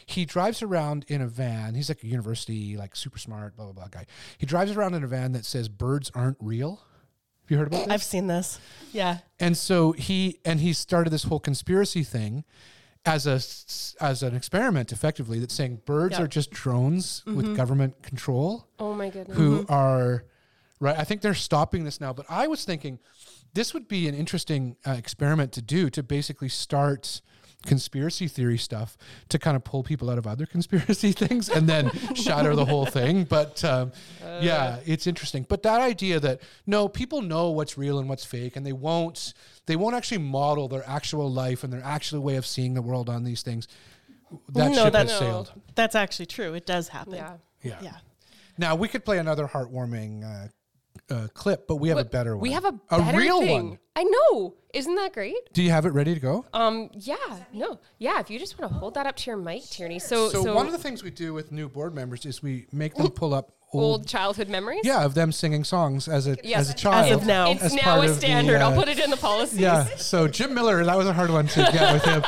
Speaker 1: He drives around in a van. He's like a university, like super smart, blah blah blah guy. He drives around in a van that says "Birds aren't real." Have you heard about this?
Speaker 4: I've seen this. Yeah.
Speaker 1: and so he and he started this whole conspiracy thing as a s- as an experiment effectively that's saying birds
Speaker 4: Yeah. Mm-hmm.
Speaker 1: are just drones with government control
Speaker 3: Oh my goodness.
Speaker 1: who are right i think they're stopping this now but i was thinking this would be an interesting uh, experiment to do to basically start conspiracy theory stuff to kind of pull people out of other <laughs> conspiracy things and then shatter the whole thing but um,
Speaker 4: Uh.
Speaker 1: yeah it's interesting but that idea that no people know what's real and what's fake and they won't they won't actually model their actual life and their actual way of seeing the world on these things that
Speaker 4: No,
Speaker 1: ship
Speaker 4: that-
Speaker 1: has
Speaker 3: No.
Speaker 1: sailed
Speaker 4: That's actually true. It does happen.
Speaker 3: Yeah.
Speaker 4: Yeah.
Speaker 1: now we could play another heartwarming uh, uh, clip, but we have a better one.
Speaker 3: We have a better
Speaker 1: real
Speaker 3: thing.
Speaker 1: one.
Speaker 3: I know. Isn't that great?
Speaker 1: Do you have it ready to go?
Speaker 3: Um. Yeah. No. Yeah. If you just want to hold that up to your mic, Tierney. So.
Speaker 1: so,
Speaker 3: So,
Speaker 1: one of the things we do with new board members is we make
Speaker 3: <laughs>
Speaker 1: them pull up old,
Speaker 3: old childhood memories.
Speaker 1: yeah, of them singing songs as a
Speaker 3: Yes.
Speaker 1: as a child.
Speaker 4: of now.
Speaker 3: It's
Speaker 1: as
Speaker 3: now
Speaker 1: part
Speaker 3: a
Speaker 1: of the,
Speaker 3: standard. I'll
Speaker 1: uh,
Speaker 3: put it in the policies.
Speaker 1: Yeah. So Jim Miller, that was a hard one to get with him.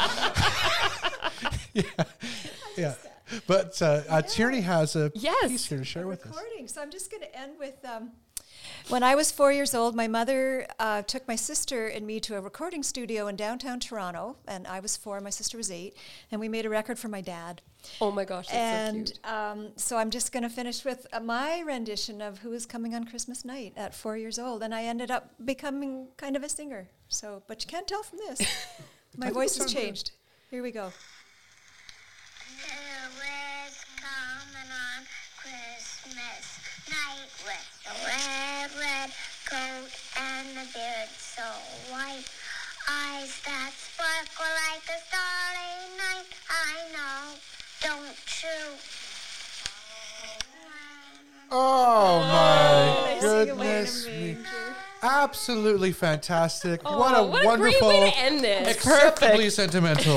Speaker 3: <laughs>
Speaker 1: <laughs> yeah. Yeah. But uh, uh, Tierney has a
Speaker 3: Yes.
Speaker 1: piece here to share with us.
Speaker 8: recording. So I'm just going to end with. Um, when I was four years old, my mother uh, took my sister and me to a recording studio in downtown Toronto, and I was four, my sister was eight, and we made a record for my dad.
Speaker 3: Oh my gosh. That's
Speaker 8: and
Speaker 3: so cute.
Speaker 8: um, so I'm just going to finish with uh, my rendition of "Who Is Coming on Christmas Night" at four years old, and I ended up becoming kind of a singer. So, but you can't tell from
Speaker 1: <laughs>
Speaker 8: this, my voice has changed. Here we go.
Speaker 2: Who is coming on Christmas night with the red, red coat and the beard so white? Eyes that sparkle like a starry night. I know, don't you?
Speaker 1: Oh my
Speaker 8: sing away in a
Speaker 1: goodness me! Absolutely fantastic! what a
Speaker 3: Oh, what
Speaker 1: wonderful
Speaker 3: a great way to end this.
Speaker 1: acceptably
Speaker 3: <laughs>
Speaker 1: sentimental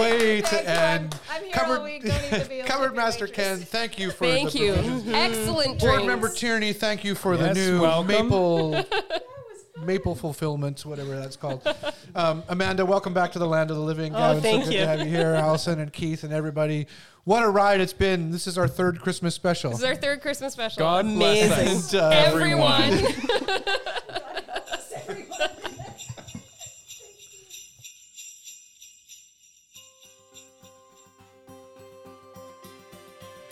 Speaker 1: way to end.
Speaker 8: I'm here all
Speaker 1: Covered,
Speaker 8: week. Don't even be a
Speaker 1: <laughs> covered
Speaker 8: waitress.
Speaker 1: Master Ken, thank you for
Speaker 3: Thank
Speaker 1: the
Speaker 3: you.
Speaker 1: provisions.
Speaker 3: Excellent
Speaker 1: Board
Speaker 3: drinks.
Speaker 1: member Tierney, thank you for the
Speaker 9: Yes,
Speaker 1: new
Speaker 9: welcome. <laughs>
Speaker 1: maple maple fulfillment, whatever that's called. Um, Amanda, welcome back to the land of the living.
Speaker 4: Oh,
Speaker 1: Gavin,
Speaker 4: thank
Speaker 1: so good
Speaker 4: you.
Speaker 1: to have you here. Allison and Keith and everybody. What a ride it's been. This is our third Christmas special.
Speaker 3: This is our third Christmas special.
Speaker 9: God bless us,
Speaker 1: And, uh,
Speaker 3: Everyone.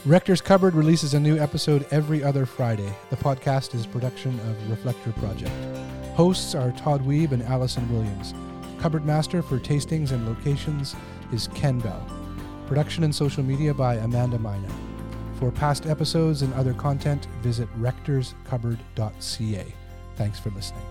Speaker 1: Rector's Cupboard releases a new episode every other Friday. The podcast is a production of Reflector Project. Hosts are Todd Weeb and Allison Williams. Cupboard Master for tastings and locations is Ken Bell. Production and social media by Amanda Mina. For past episodes and other content, visit rectorscupboard.ca. Thanks for listening.